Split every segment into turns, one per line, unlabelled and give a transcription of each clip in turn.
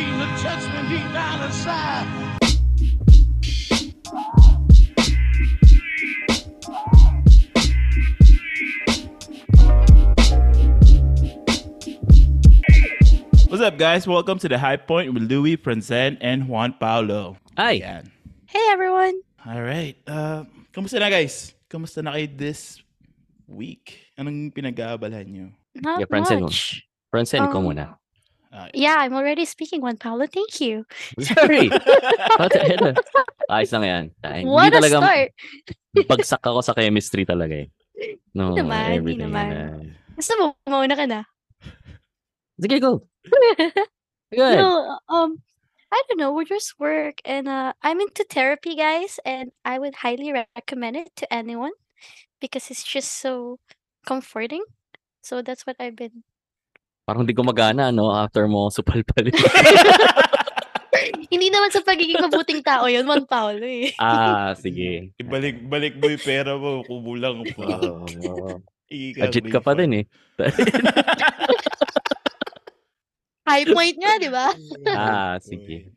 hurts me deep down inside.
What's up, guys? Welcome to the High Point with Louis Prinsen and Juan Paulo.
Ay,
Yan.
Hey everyone!
All right. Uh, kamusta na, guys? Kamusta na kayo this week? Anong pinag-aabalahan nyo?
Not
Yeah, friends and-
much.
friends, send ko
Um,
muna.
Okay.
Yeah, I'm already speaking Juan Paolo. Thank you.
Sorry. What the hell? Ayos lang yan. Ay,
what
hindi
a
talaga,
start!
Bagsak ako sa chemistry talaga eh. No,
Hindi naman, hindi
everything.
naman.
na-
Gusto mo, mauna ka na.
Sige, go. Good.
No, um, I don't know, we're just work and uh, I'm into therapy, guys, and I would highly recommend it to anyone because it's just so comforting. So that's what I've been.
Parang hindi gumagana, no? After mo, supalpal.
Hindi naman sa pagiging mabuting tao yun, Juan Paolo eh.
ah, sige.
Balik, balik mo yung pera mo, kumulang pa.
Oo, oo. Legit ka pa din eh.
High point nga, di ba?
Ah, sige.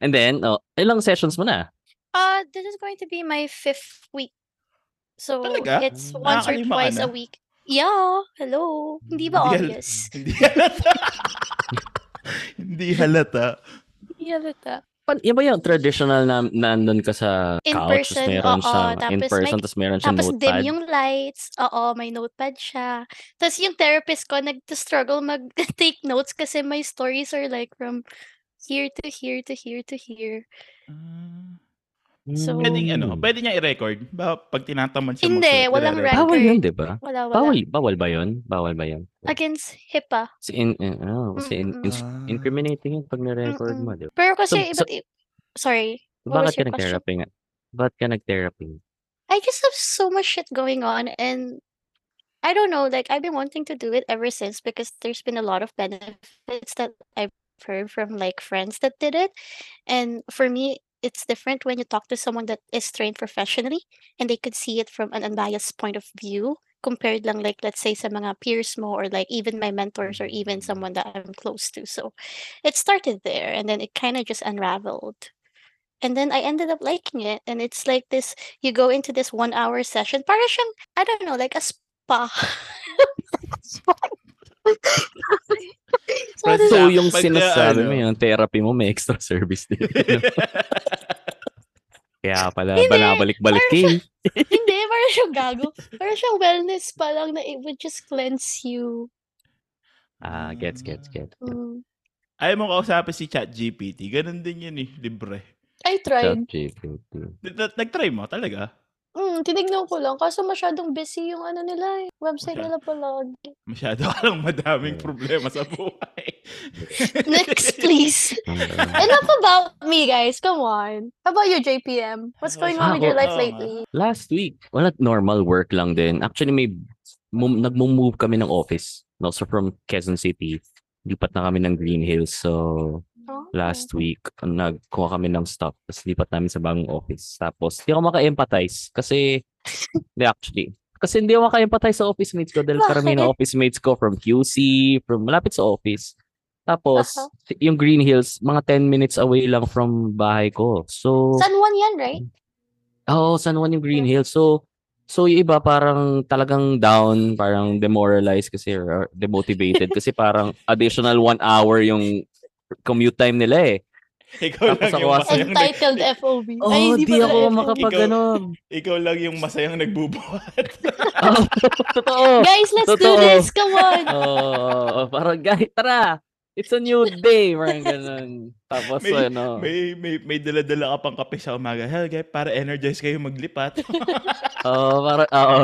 And then, oh, ilang sessions mo na?
Uh, this is going to be my fifth week. So
Oh, Talaga?
it's once or
Nakakalima ka
twice
na? Mm,
a week. Yeah, hello. Hindi ba
Hindi hal-
obvious?
Hindi halata. Hindi halata.
Hindi halata.
Pan, yan ba yung traditional na nandun ka sa
In
couch, tapos
person,
meron
oo,
siyang in
tapos
person,
may-
tapos meron siyang
Tapos dim
notepad.
yung lights. Oo, may notepad siya. Tapos yung therapist ko, nag-struggle mag-take notes kasi my stories are like from here to here to here to here.
Ah.
So-
Pwedeng ano,
Hmm.
pwede niya i-record. Ba, pag tinatamad siya
Hindi,
magsulat,
walang
nire-record.
record.
Bawal Ah, yun, di ba?
Wala, wala.
Bawal, bawal ba yun? Bawal ba yun?
Against HIPAA.
Kasi, in, in- ano, kasi in-
Mm-mm.
ins-
Ah.
incriminating yun pag nirecord mo, di ba?
Pero kasi,
so-
iba't i- sorry.
Bakit
What was
ka
your question?
nag-therapy nga? Bakit ka nag-therapy?
I just have so much shit going on and I don't know, like I've been wanting to do it ever since because there's been a lot of benefits that I've heard from like friends that did it. And for me, it's different when you talk to someone that is trained professionally and they could see it from an unbiased point of view compared lang like let's say sa mga peers mo or like even my mentors or even someone that I'm close to. So it started there and then it kind of just unraveled. And then I ended up liking it and it's like this you go into this one hour session. Para siyang, I don't know, like a spa. Spa. so,
Friends,
this-
So,
Sa-
yung
pag-
sinasabi
ano?
mo, yung therapy mo, may extra service din. Kaya pala,
Hindi.
banabalik-balik ka eh.
hindi, para siyang gago. Para siyang wellness pa lang na it would just cleanse you.
Ah, gets, gets, gets. gets.
Mm.
Ayaw mo kausapin si ChatGPT. Ganun din yun eh, libre.
I tried.
ChatGPT.
Nag- Nag-try mo talaga?
Mm, tinignan ko lang. Kaso masyadong busy yung ano nila eh. Website nila palagi.
Masyado ka lang madaming
Yeah.
problema sa buhay.
Next, please.
Ah,
Enough about me, guys. Come on. How about you, JPM? What's
Oh,
Ako-
going on with your
ako-
life
um,
oo nga.
lately?
Last week, wala, normal work lang din. Actually, may, mum, nag-move kami ng office. No? So, from Quezon City, lipat na kami ng Green Hills. So,
Oh.
last
Mm.
week, nagkuha kami ng stuff. Tapos, lipat namin sa bagong office. Tapos, hindi ako maka-empathize. Kasi, hindi actually. Kasi hindi ako maka-empathize sa office mates ko. Dahil
Bakit?
karamihan ng office mates ko from QC, from malapit sa office. Tapos,
Aha.
yung Green Hills, mga 10 minutes away lang from bahay ko. So,
San Juan yan, right?
Oo, San Juan yung Green Hills. So, so yung iba parang talagang down, parang demoralized kasi or demotivated kasi parang additional one hour yung commute time nila eh.
Ikaw lang
Tapos ako
yung
as-
masayang, nag-
Entitled FOB.
Oh,
Ay, hindi
di
pala
ako
FOB.
makapag
Ikaw-
ano.
ikaw lang yung masayang nagbubuhat.
Oo, totoo.
Guys, let's do
Totoo.
this. Come on.
Oo, parang guys, tara. It's a new day, parang ganun. Tapos
May-
ano.
may may may dala-dala ka pang kape sa umaga. Hell, guys, para energize kayo maglipat.
Oo, parang oo.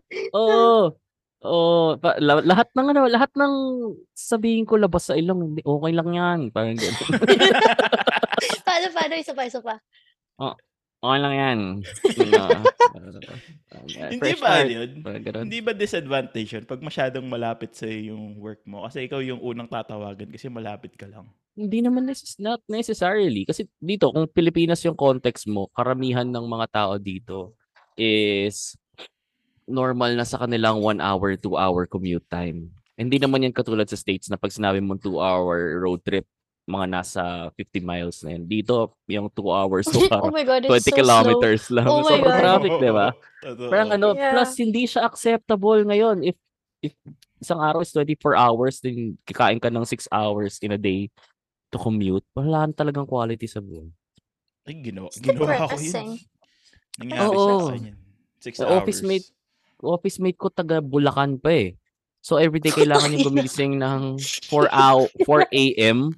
Oo. Oo, pa- la- lahat ng ano, lahat ng sabihin ko labas sa ilong, hindi okay lang 'yan. Parang ganun.
Paano, paano? Isa pa, isa pa.
Okay lang yan. Ano, uh,
Hindi
fresh
ba
start,
yun?
parang ganun.
Hindi ba disadvantage yun pag masyadong malapit sa yung work mo? Kasi ikaw yung unang tatawagan kasi malapit ka lang.
Hindi naman necess- not necessarily. Kasi dito, kung Pilipinas yung context mo, karamihan ng mga tao dito is normal na sa kanilang one hour, two hour commute time. Hindi naman yan katulad sa States na pag sinabi mo two hour road trip, mga nasa 50 miles na yun. Dito, yung 2 hours to
oh
parang
my god,
20
it's so slow.
kilometers lang.
Oh my
Sobrang
God.
traffic, di ba?
Totoo.
Parang ano,
Yeah.
plus hindi siya acceptable ngayon. If, if isang araw is 24 hours, then kikain ka ng 6 hours in a day to commute, wala na talagang quality sa buhay.
Ay, ginawa,
It's
ginawa ko
depressing.
eh.
yun. Nangyari
Oo.
sa akin yun. Six
Sa
hours.
office mate, office mate ko taga Bulacan pa eh. So everyday kailangan niya gumising ng 4 hour 4 AM.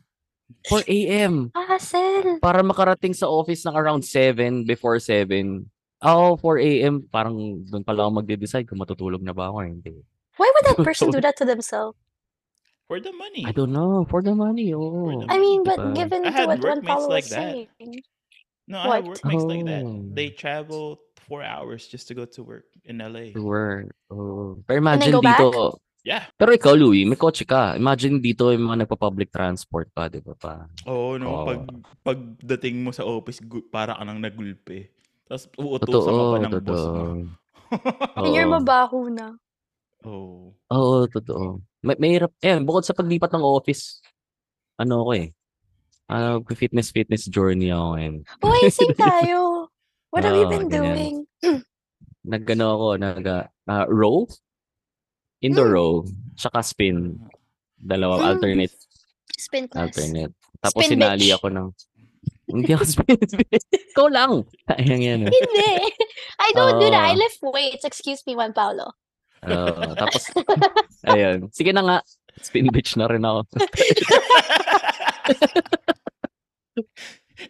4 AM
Hassle.
para makarating sa office ng around 7 before 7. Oh, 4 AM parang doon pala ako magde-decide kung matutulog na ba ako or hindi.
Why would that person do that to themselves?
For the money.
I don't know, for the money. Oh.
the
I mean, but
Diba?
I
given to
had
what Juan
workmates
Paulo
like
was
that.
saying.
No, I had
What?
workmates like that.
Oh.
They travel four hours just to go to work in LA.
Sure. Oh. Pero imagine
go back?
dito.
Yeah.
Pero ikaw, Louie, may kotse ka. Imagine dito yung mga nagpa-public transport pa, di ba pa?
Oo, oh, no.
Oo.
Pag, pagdating mo sa office, gu- para ka nang nagulpe. Tapos uutosan ka pa
Totoo,
ng boss mo.
totoo.
And you're
Oo.
mabaho na.
oh.
Oo, totoo. May mahirap. Eh, bukod sa paglipat ng office, ano ko eh. Ah, fitness fitness journey ako and
Uy, same tayo. What have
Oo,
you
Oh,
been
ganyan.
doing?
nagano ako nag ah, row indoor
Mm.
row tsaka spin dalawa
Mm.
alternate
Spin class.
alternate tapos
Spin
sinali
bitch.
ako ng hindi ako spin bitch. Ikaw lang ayan yan eh.
Hindi. I don't do that. I
Oo.
lift weights. Excuse me, Juan Paulo.
Oo, tapos ayun sige na nga spin bitch na rin ako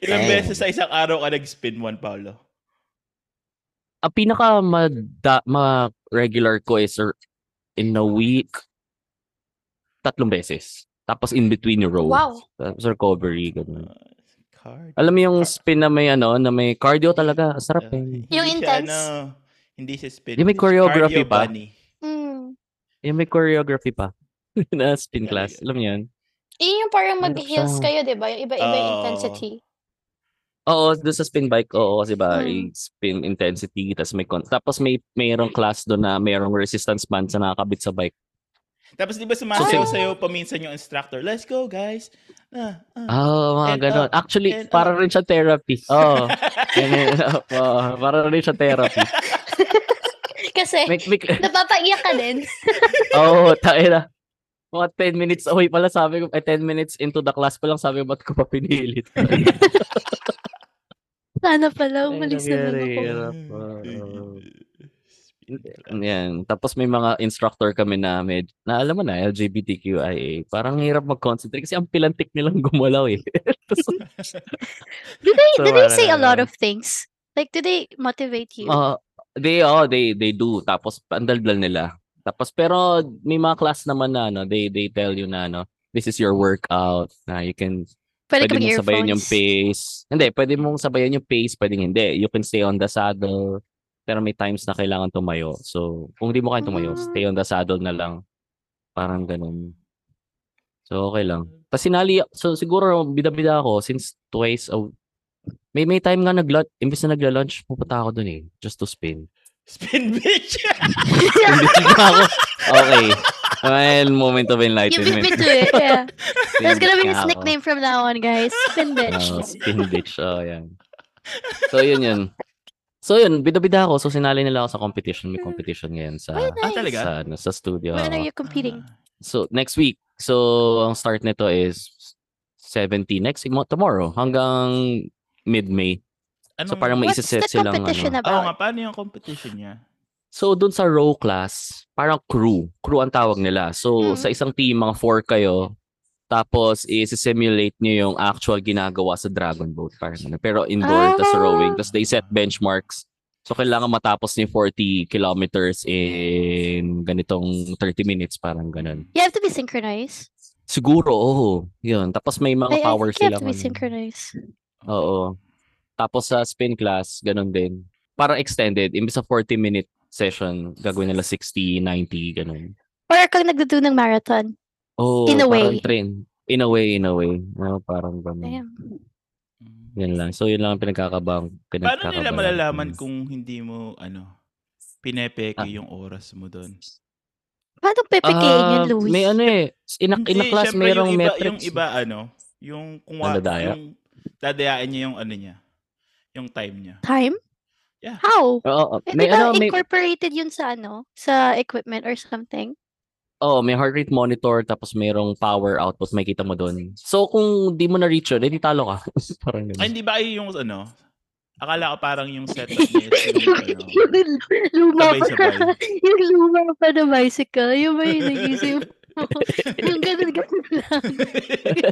Ilang
Damn.
beses sa isang araw ka nag-spin, Juan Paolo?
ang pinaka mada, ma regular ko is er, in a week tatlong beses. Tapos in between yung rows.
Wow.
Tapos recovery ganun.
Uh, card.
Alam mo yung spin na may ano, na may cardio talaga, ang sarap
hindi
eh.
Yung
siya,
intense.
ano, hindi siya spin.
Yung may
bitch.
choreography
Cardio
pa.
bunny.
Mm.
Yung may choreography pa na spin
Talaga.
class. Alam mo yun?
Yun yung parang
Hirap
mag-heels
Ano siya.
kayo, di ba? Yung iba-iba yung
Oo.
intensity.
Oo, doon sa spin bike, oo, kasi ba,
Mm.
spin intensity, tapos may, con- tapos may, mayroong class doon na mayroong resistance band sa nakakabit sa bike.
Tapos di ba sumasayaw
So,
sa'yo paminsan yung instructor, let's go guys. Ah, ah.
Oo, mga
And
ganun.
up,
Actually,
and uh,
para
up.
rin siya therapy. Oo. Ganun. Oo, para rin siya therapy.
Kasi,
May, may,
napapaiyak ka din.
Oo, oh, tayo na. Mga 10 minutes away pala sabi ko, eh, 10 minutes into the class pa lang sabi ko, ba't ko pa pinilit?
Sana
Ay,
pala, umalis naman
nangyari
ako.
yun. hirap,
Ah, eh,
ah, ah.
spin class.
Yan. Tapos may mga instructor kami na med, na alam mo na, LGBTQIA. Parang hirap mag-concentrate kasi ang pilantik nilang gumalaw eh. Tapos,
Do they, do they say a
Wala
lot
naman.
of things? Like, do they motivate you?
ah, they, oh, they, they do. Tapos, pandaldal nila. Tapos, pero may mga class naman na, ano, they, they tell you na, ano, this is your workout na you can pwede
pwede ka
mong sabayan yung pace.
mag-earphones?
Hindi, pwede mong sabayan yung pace, pwede hindi. You can stay on the saddle, pero may times na kailangan tumayo. So, kung di mo kaya tumayo,
Ah.
stay on the saddle na lang. Parang ganun. So, okay lang. Tapos sinali, so siguro bida-bida ako since twice a may may time nga nag imbis na nagla-lunch, pupunta ako dun eh, just to spin.
Spin bitch.
Hindi na ako. Okay. Well, moment of
You beat me
enlightenment.
to it, yeah. That's gonna
Spin
be his
nga ako.
nickname from now on, guys. Spin bitch.
Oh, spin bitch. Oh, yan. So, yun yun. So, yun. Bida-bida ako. So, sinali nila ako sa competition. May competition ngayon sa,
Well,
ah,
nice.
talaga?
sa, ano, sa studio.
When
ako.
are you competing?
Ah,
So, next week. So, ang start nito is 70 next mo tomorrow hanggang mid-May. So,
anong- Ah,
parang may
What's
isa-set
the
silang
competition
ano.
Oo
about?
nga, paano yung competition niya?
So, dun sa row class, parang crew. Crew ang tawag nila. So,
Mm.
sa isang team, mga four kayo. Tapos, isi-simulate nyo yung actual ginagawa sa Dragon Boat. Parang ano. Pero indoor, tas
Ah.
rowing. Tapos, they set benchmarks. So, kailangan matapos ni 40 kilometers in ganitong 30 minutes. Parang ganun.
You have to be synchronized.
Siguro, oo. Yun. Tapos, may mga
I, I
power
think you
sila.
have to be
ganun.
synchronized.
Oo. Tapos sa spin class, ganun din. Parang extended. Imbis sa 40-minute session, gagawin nila 60, 90, ganun.
Or kang nagdo ng marathon.
Oh,
a way.
Parang train. In a way, in a way. Oh, parang ganun.
Damn.
Yan lang. So, yun lang ang
Mm.
pinagkakabang.
Paano nila
pinagkakabalan ko
malalaman
is-
kung hindi mo, ano, pinepeke
Ah.
yung oras mo doon?
Paano pepekain yun,
Ah,
Louis?
May ano eh. In a, in a
Hindi,
class,
syempre
mayroong
yung iba,
metrics.
Yung iba, ano, Yung kung wa-
Nadadaya?
yung dadayain niya yung ano niya, yung time niya.
Time?
Yeah.
How?
Oo,
Eh,
may
di ba
ano, may
incorporated yun sa ano? Sa equipment or something?
oh, may heart rate monitor tapos mayroong power output makita mo doon. So kung di mo na reach yun, eh, di talo ka.
Ay,
Parang ganun.
hindi ba kayo yung ano? Akala ko parang yung setup niya is yung ano.
Yung luma pa
Sabay-sabay.
yung luma pa na bicycle. Yung may naisip mo. yung ganun ganun lang.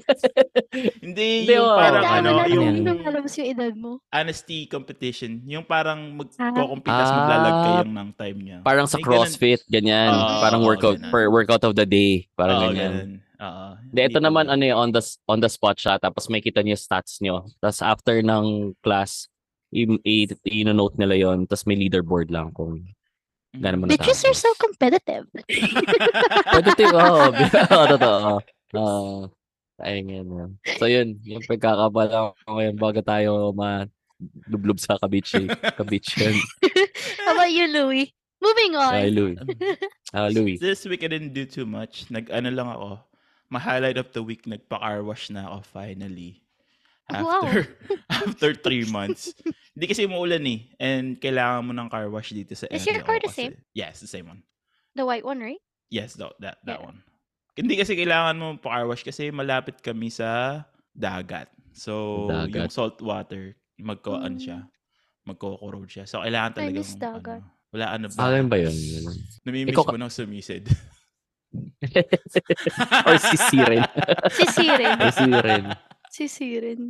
Hindi,
Hindi,
yung
oo.
parang
Tama
ano,
na
yun.
yung
yung lumalabas yung edad mo.
honesty competition. Yung parang
Ah.
magko-compete tas maglalag kayo ng time niya.
Parang sa
May ganun.
CrossFit, ganyan.
Oo, oo,
parang workout
ganun.
per workout of the day. Parang
Oo,
ganyan.
ganun. Oo.
De, ito
Hindi
naman,
ko-
ano eh, on the, s- on the spot siya. Tapos may kita niyo yung stats niyo. Tapos after ng class, i- i- i-note nila yon Tapos may leaderboard lang kung gano'n mo
Bitches are so
natapos.
competitive.
Pwede tayo, oo. Oo, totoo. Oo. ayun, yun, yun. So yun, yung pagkakabala ko ngayon bago tayo madublob sa kabichi. Kabichin.
How about you, Louie? Moving
Ay,
on.
Louie. Ah, Louie.
This week I didn't do too much. Nag-ano lang ako. My highlight of the week, nagpa-car wash na ako finally.
Wow.
After, after three months. Hindi kasi umuulan eh. And kailangan mo ng car wash dito sa
Is your
area
car
ko kasi-
the
Yes, the same one.
The white one, right?
Yes, tho- that, that
Yeah.
one. Hindi kasi kailangan mo pa-car wash kasi malapit kami sa dagat. So, yung
Dagat.
salt water, magko ano
Mm.
siya. Magko-corrode siya. So, kailangan
I
talaga
miss dagat.
wala ano ba?
Alam ba yun?
Namimiss
Ikaw ka-
mo nang sumisid.
Or si Siren.
Si Siren.
Or si Siren.
Si Siren.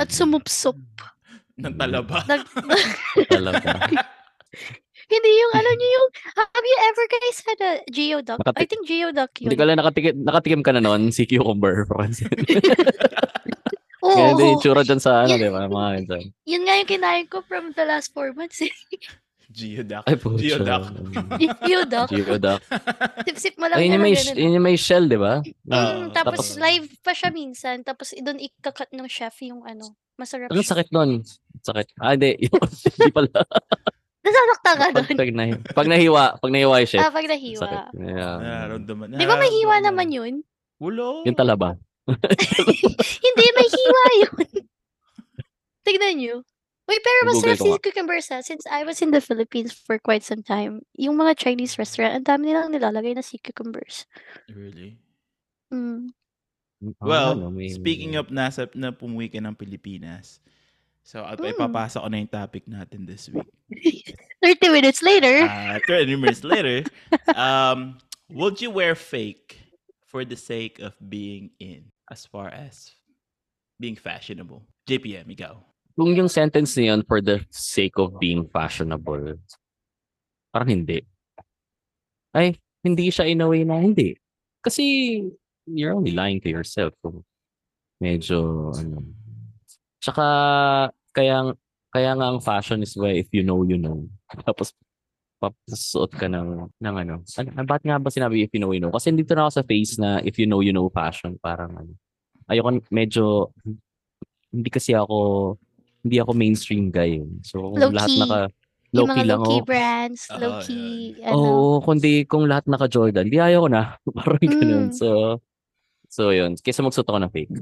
At sumupsok.
ng talaba.
Hmm.
Nag-
Talaga.
Hindi yung, alam niyo yung, have you ever guys had a geoduck? I
Makati-
think geoduck yun.
Hindi ka lang nakatikim, nakatikim ka na nun, si cucumber. Pansin.
Oo,
Ganyan din yung
oo.
tsura dyan sa ano,
Yeah.
di ba? Mga ganyan.
yun nga yung kinain ko from the last four months. eh.
Geoduck.
Ay, pucha.
Geoduck.
geoduck.
Geoduck.
Sip-sip mo lang.
Ay, yun yung may,
ganun, ganun.
yun yung may shell, di ba? ah,
Mm,
Oo,
tapos
tapos-
live pa siya minsan. Tapos doon ikakat ng chef yung ano. Masarap
Ano
siya.
sakit nun? Sakit. Ah, hindi. Hindi pala.
Nasasakta ka
Pag,
doon.
pag, nahi, pag nahiwa, pag nahiwa yung shit.
Ah, pag
Sakit.
nahiwa.
Yeah.
Nararamdaman.
Di
Ah,
ba may hiwa naman yun?
Ulo.
Yung talaba.
Hindi, may hiwa yun. Tignan nyo. Uy, pero
Google
masarap
ko
si
nga.
cucumbers ha. Since I was in the Philippines for quite some time, yung mga Chinese restaurant, ang dami nilang nilalagay na sea cucumbers.
Really?
Mm.
Oh, Ah,
Well,
ano,
speaking of nasa na pumuwi ka ng Pilipinas, so at
Mm.
ipapasa ko na yung topic natin this week.
30 minutes
Ah,
later,
Uh, 30 minutes later, um, would you wear fake for the sake of being in as far as being fashionable? JPM, ikaw.
Kung yung sentence na yun for the sake of being fashionable, parang hindi. Ay, hindi siya in a way na hindi. Kasi you're only lying to yourself. So, medyo, ano. Tsaka, kaya, kaya nga ang fashion is where if you know, you know. Tapos, papasuot ka ng, ng ano. ano. Ba't nga ba sinabi if you know, you know? Kasi dito na ako sa phase na if you know, you know fashion. Parang ano. Ayoko, medyo, hindi kasi ako, hindi ako mainstream guy. eh. So, kung
Low
lahat
key.
naka,
yung
low-key
mga
lang oh.
low-key
ako.
brands,
Ah,
low-key, ano.
Oo, kundi kung lahat naka-Jordan, di ayaw ko na. Parang ganun.
Mm.
So, so yun. Kesa magsuot ako ng fake.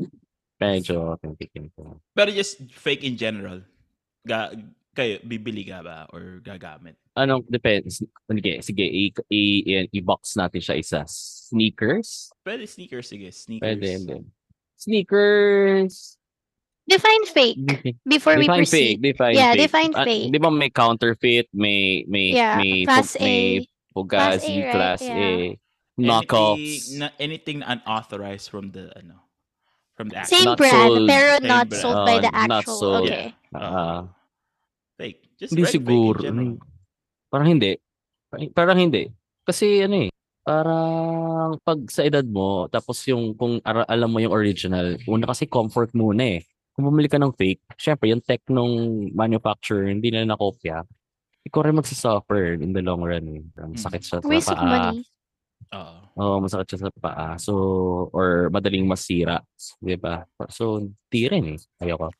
Medyo thinking ko.
Pero just fake in general. Ga kayo, bibili ka ba or gagamit?
Anong depends? Sige, sige i- i- i- i-box natin siya isa. Sneakers?
Pwede sneakers, sige. Sneakers.
Pwede, hindi. Sneakers!
Define fake before we
define fake,
proceed.
define
Yeah,
fake.
define
Ah,
fake.
di ba may counterfeit, may, may,
yeah,
may,
class
pug- may
A.
fugazi,
Class A, right?
class A,
Yeah.
knockoffs.
Anything, na, anything na unauthorized from the, ano, from the actual.
Same
Not
brand,
sold.
pero
Same
not
brand.
sold by
Oh,
the
not
actual.
sold.
Okay.
Ah.
fake. Just
Hindi
red eh.
siguro.
Fake
hmm.
in general.
Parang hindi. Parang- Parang hindi. Kasi ano eh, parang pag sa edad mo, tapos yung kung ara- alam mo yung original, una kasi comfort muna eh. Kung bumili ka ng fake, syempre yung tech nung manufacturer, hindi na nakopya. Ikaw rin magsasuffer in the long run. Eh. Parang
Mm.
Sakit siya sa
Waste
paa.
of money.
Oo.
Oo, masakit siya sa paa. So, or madaling masira. Di ba? So, di rin eh. Ayoko.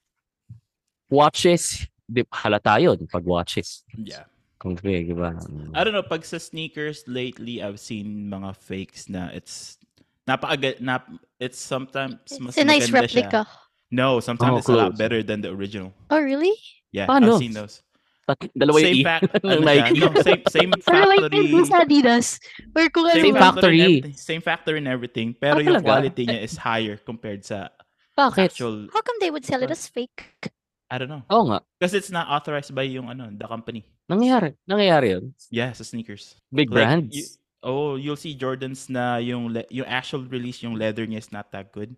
Watches. Di, halata yun pag watches.
Yeah.
Kung di ba? Mm.
I don't know, pag sa sneakers lately, I've seen mga fakes na it's Napakaga, nap, it's sometimes mas
It's a nice
maganda siya.
replica.
No, sometimes
Oh, Ah,
it's a lot
close.
better than the original.
Oh, really?
Yeah,
Paano?
I've seen those.
Tat- Dalawa yung
same
E.
fact, ano
Like-
siya, no, same, same
Pero like,
factory.
hindi sa Adidas. Or kung ano
Same factory.
man.
factory.
and everything- Same factory and everything. Pero
Ah,
yung
talaga?
quality niya is higher compared sa
Bakit? Oh.
actual,
How come they would sell it as fake?
I don't know.
Oo nga.
Because it's not authorized by yung ano, the company.
Nangyayari. Nangyayari yun.
Yeah, sa sneakers.
Big
Like,
brands.
you- oh, you'll see Jordans na yung le- yung actual release yung leather niya is not that good.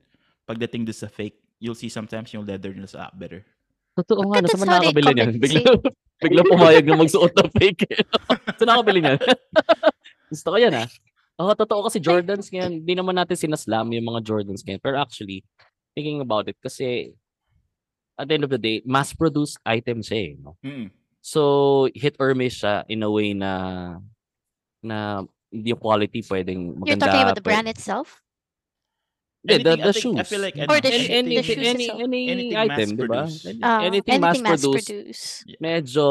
Pagdating do sa fake, you'll see sometimes yung leather niya is a lot better.
Totoo nga. Nasa
But that's
man
how they
nakakabili niyan? Bigla,
compensate.
bigla pumayag na magsuot ng fake. Saan nakabili niyan? Gusto ko yan ah. Oo, totoo kasi Jordans ngayon, hindi naman natin sinaslam yung mga Jordans ngayon. Pero actually, thinking about it, kasi at the end of the day, mass-produced item siya eh. No?
Mm.
So, hit or miss siya in a way na na hindi yung quality pwedeng maganda.
You're talking about the
pwede-
brand itself?
Yeah, the,
Anything, I
the
think-
shoes.
I feel like
Or
any-
the shoe-
any,
the shoes
any,
itself.
any,
Anything
item, di ba?
mass-produced.
Any-
Ah,
anything mass-produced,
mass-produced.
medyo,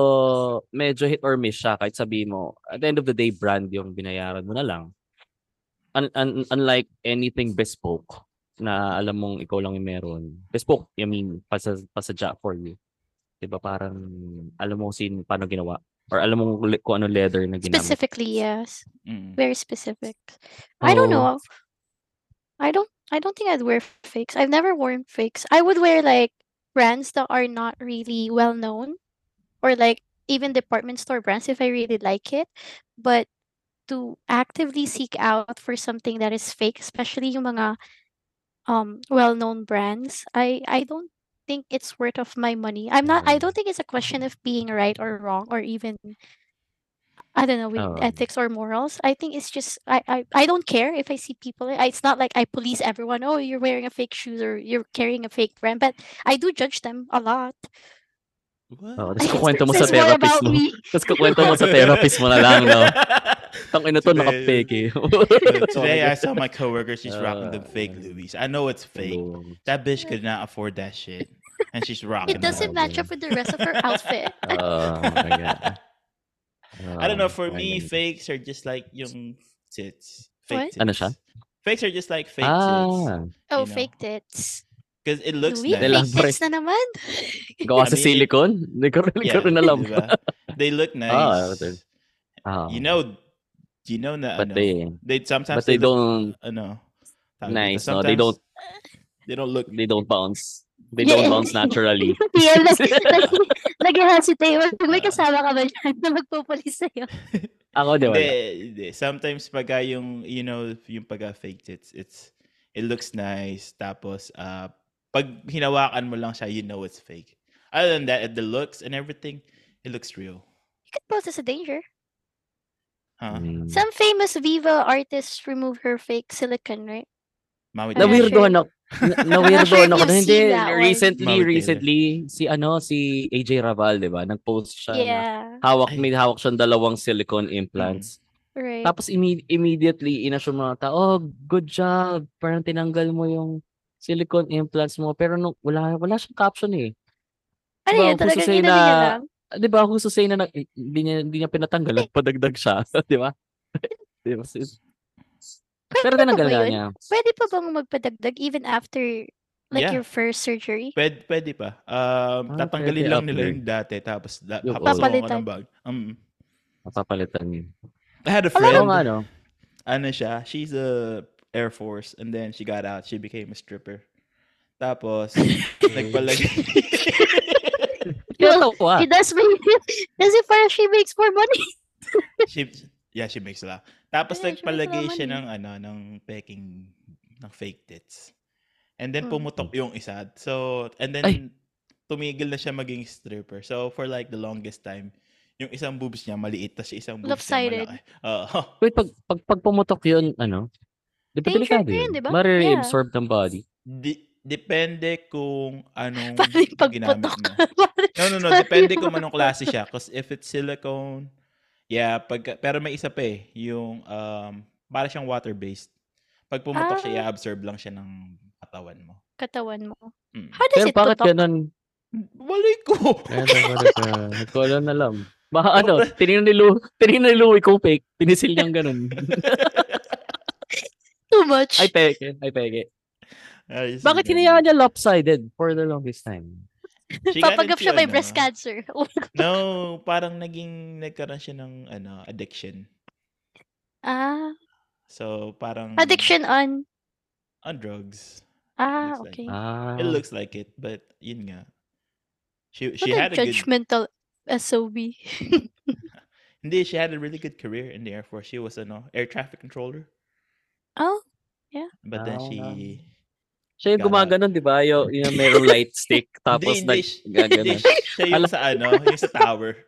medyo hit or miss siya kahit sabihin mo, at the end of the day, brand yung binayaran mo na lang. Un- un- unlike anything bespoke na alam mong ikaw lang yung meron. Bespoke, I mean, pasa- pasadya for you. Di ba parang alam mo sin paano ginawa or alam mo kung- kung ano leather na ginamit.
Specifically, yes.
Mm.
Very specific. I don't
Oo.
know. I don't I don't think I'd wear fakes. I've never worn fakes. I would wear like brands that are not really well known or like even department store brands if I really like it. But to actively seek out for something that is fake, especially yung mga um well-known brands, I I don't think it's worth of my money. I'm not
Mm.
I don't think it's a question of being right or wrong or even I don't know with
Um,
ethics or morals. I think it's just I, I I don't care if I see people. I, it's not like I police everyone. Oh, you're wearing a fake shoes or you're carrying a fake brand, but I do judge them a lot.
What?
Oo,
I
tapos
guess
kukwento mo sa
it's more
therapist
about
mo.
me.
Tapos kukwento Oh, mo sa therapist mo na lang, no? Tang ina to,
Today-
nakapeke.
Uh, Today I saw my coworker. She's rocking the
Uh,
fake Louis. I know it's fake. That bitch could not afford that shit, and she's rocking.
It
them.
doesn't match
Grabe.
up with the rest of her outfit.
Oh, my God.
I don't know. For
Oh,
me,
my God.
fakes are just like yung tits. Fake
What?
tits.
Ano siya?
Fakes are just like fake tits.
Ah,
know.
Oh, fake tits.
Because it
Do
looks
we
nice.
fake
Elaborate.
tits na naman?
I
gawa
mean,
sa
it-
silicone? Hindi ko rin, hindi ko rin alam.
diba? They look nice.
Ah, okay. Ah,
You know, you know na ano,
but they,
they sometimes
but they
look,
don't,
ano, tawag dito,
nice, no? They
sometimes
don't,
they don't look
they don't bounce. They
Yeah.
don't bounce naturally.
PM, nag-hesitate. Pag may
Ah.
kasama ka ba dyan na magpupulis sa'yo?
Ako, di ba?
Hindi, hindi. Sometimes pagka yung, you know, yung pagka fake tits, it's, it looks nice. Tapos, uh, pag hinawakan mo lang siya, you know it's fake. Other than that, the looks and everything, it looks real.
You could pose as a danger.
Huh?
Mm.
Some famous Viva artist removed her fake silicone, right?
Mami Taylor.
I'm not
Na-weirdo
sure.
na, na- na-weirdo na
not sure if
ako. na-
you've
Hindi,
seen that one.
recently,
Mami Taylor.
recently, si ano, si AJ Raval, di ba? Nag-post siya na
Yeah,
hawak,
Ay.
may hawak siyang dalawang silicone implants.
right.
Tapos imme- immediately, inassume ng mga tao, oh, good job. Parang tinanggal mo yung silicone implants mo. Pero nung, wala, wala siyang caption eh.
ano
Diba,
yun,
gusto
talagang
sa'yo
ginano niya
na-
lang.
Ah, Di ba, who's to say na nag- eh, hindi niya, hindi niya pinatanggal, nagpadagdag siya. Di ba? Di ba, sis?
Pwede
Pero
pa ba
tinanggal nga
yun?
niya.
Pwede pa bang magpadagdag even after like
Yeah.
your first surgery?
Pwede, pwede pa. Um,
Ah,
tatanggalin
pwede
lang nila
after.
yung dati. Tapos, da,
Yung
papasukan ka
Papalitan.
ng bag. Um,
Mapapalitan niya.
I had a
Alam
friend.
Oo nga, no?
ano siya, she's a Air Force and then she got out. She became a stripper. Tapos, nagpalagay.
Kinatawa.
It does make kasi parang she makes more money.
she, yeah, she makes a lot. Tapos,
Yeah, she makes a lot of
nagpalagay siya
money.
ng, ano, ng peking, ng fake tits. And then,
Mm.
pumutok yung isa. So, and then,
Ay.
tumigil na siya maging stripper. So, for like the longest time, yung isang boobs niya, maliit, tapos yung isang boobs
Lopsided.
niya, malaki. Oo.
Wait, pag, pag, pag pumutok yun, ano? Di ba
Danger
delikado
pa yun,
yun?
di ba?
Marireabsorb ng body.
Di- depende kung anong
Parang
ginamit
pagputok.
mo.
Parang-
No, no, no.
Sorry,
Depende kung
ma'am.
anong klase siya. Because if it's silicone, yeah, pag, pero may isa pa eh. Yung, um, para siyang water-based. Pag pumutok siya,
Ah.
i-absorb lang siya ng katawan mo.
Katawan mo.
Mm.
How does
Pero
it
bakit
putok?
ganun?
Walay ko!
Kaya naman ka. Hindi ko alam alam. Baka ano, tinino ni Lou, tinino ni Lou, ikaw fake. Pinisil niyang ganun.
Too much.
Ay, peke. Ay, peke.
Ay, si
Bakit
Ganda.
hinayaan niya lopsided for the longest time?
She got
Papagap
into,
siya
ano,
by
uh,
breast cancer.
No, parang naging, nagkaroon siya ng, ano, addiction.
ah,
So, parang...
Hmm.
addiction on.
On drugs.
Ah,
Looks like-
okay.
Ah.
It looks like it, but yun nga. She, she
what
had
a
a good
judgmental SOB.
Hindi, she had a really good career in the Air Force. She was an air traffic controller.
oh,
But then
Ah.
she...
Siya yung
Ganon.
gumaganon, di ba? Yung, yung merong light stick, tapos
hindi,
nag...
hindi, hindi.
gaganon.
Siya yung sa ano, yung sa tower. Siya yung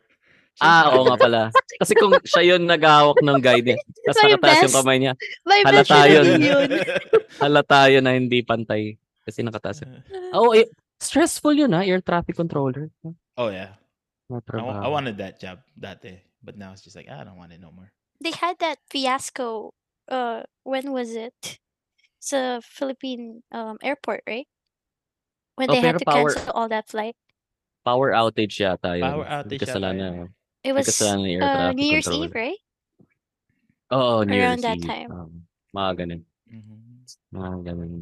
Ah,
sa
oo nga
tower.
pala. Kasi kung siya yun naghahawak ng guide niya, tapos
Sorry,
nakataas yung
diba best.
kamay niya,
my
Halata
best friend
yun.
yun.
halata yun na hindi pantay. Kasi nakataas yun. Oo, eh, stressful yun ha, air traffic controller.
oh, yeah. I,
Mga
wa- I
trabaho.
wanted that job dati. But now it's just like, "Ah, I don't want it no more.
They had that fiasco. Uh, when was it? It's a Philippine um airport, right? When
Oh,
they had
pero
to
power-
cancel all that flight.
Power outage yata yun.
Power outage yata
Kasalanan.
It
May
was
kasalanan ng air
uh,
traffic
New Year's
controller.
Eve, right?
Oo, New Year's
Around that
Eve.
time.
Um, mga ganun.
Mhm.
Mga ganun.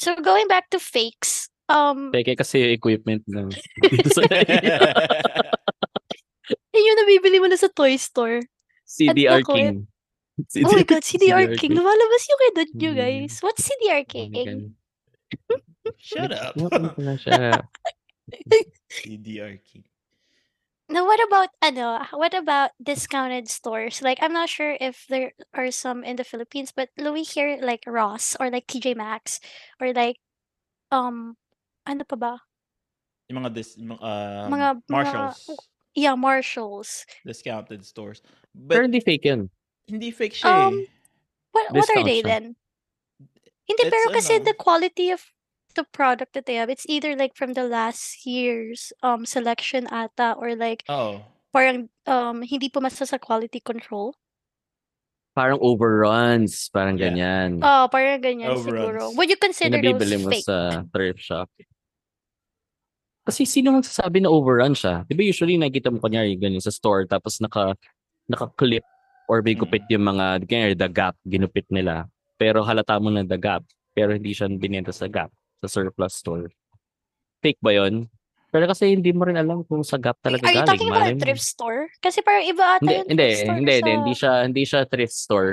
So going back to fakes, um,
Peke kasi equipment ng...
yun yung nabibili mo na sa toy store.
CDR
Ako, eh.
King.
Oh my God, CDR King.
King.
Lumalabas yung edad nyo,
Mm.
guys. What's CDR
Oh my
King?
God.
Shut up.
Nakikinig ko na siya.
CDR key.
Now, what about ano? What about discounted stores? Like, I'm not sure if there are some in the Philippines, but Louis here, like Ross or like TJ Maxx or like um, ano pa ba?
Yung mga, dis, yung mga, um,
Mga- mga-
Marshalls.
Yeah, Marshalls.
Discounted stores. But
Pero hindi fake yun.
hindi fake siya
Um,
eh.
What what are
Discount
they
siya.
then? Hindi
It's
pero kasi
ano.
the quality of the product that they have, it's either like from the last year's um selection ata or like
Oo.
parang um hindi pumasa sa quality control.
Parang overruns. Parang
Yeah.
ganyan.
Oh, parang ganyan siguro.
Overruns.
Would you
Yung
consider
nabibili
those
mo
fake?
sa thrift shop. Kasi sino magsasabi na overrun siya? Di ba usually nakikita mo kunyari ganyan sa store tapos naka, naka-clip or may
Mm.
gupit yung mga, ganyan, the gap, ginupit nila. Pero halata mo na the gap, pero hindi siya binenta sa gap, sa surplus store. Fake ba yon? Pero kasi hindi mo rin alam kung sa gap
Wait,
talaga
Are you
galing.
talking about
Malay
a
mo.
thrift store? Kasi parang iba ata
Hindi,
yung
hindi,
thrift store
hindi, hindi,
sa-
hindi siya, hindi siya thrift store.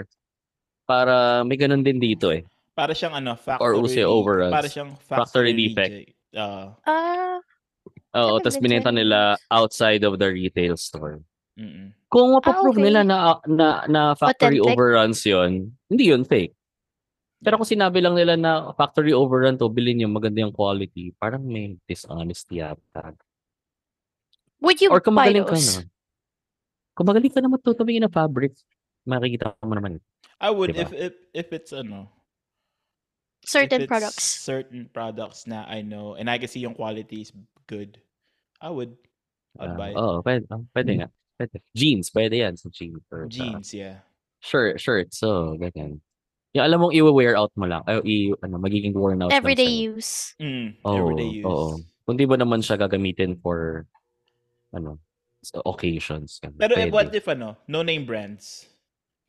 Para may ganun din dito eh.
Para siyang ano, factory.
Or uso yung
re-
overalls.
Para siyang
Factory
factory,
defect.
reject. Ah,
Ah,
Oo,
Sabi
tapos
nila
binenta
dyan.
nila outside of the retail store.
mm-mm.
Kung mapaprove
Ah, okay.
nila na, na, na factory
Authentic?
overruns yon hindi yun fake. Pero kung sinabi lang nila na factory overrun to, bilhin yung maganda yung quality, parang may dishonesty yata.
would you
Or kung
buy
magaling ka
those?
na. Kung magaling ka na matutumingin ng fabric, makikita mo naman.
I would
Diba?
if, if if it's ano, if
Certain
it's
products.
Certain products na I know and I can see yung quality is good. I would I'd
Ah,
buy it.
Oo, pwede, ah, pwede nga. Pwede. Jeans, pwede yan sa jeans. Or sa-
jeans, yeah.
Shirt, shirt. So, ganyan. Yung alam mong i-wear out mo lang. Ay, i, ano, magiging worn out lang
Everyday
sa'yo.
use.
Mm,
Oo,
everyday use.
oo. Kung di ba naman siya gagamitin for ano, sa occasions. ganun,
Pero eh,
pwede.
what if ano, no name brands?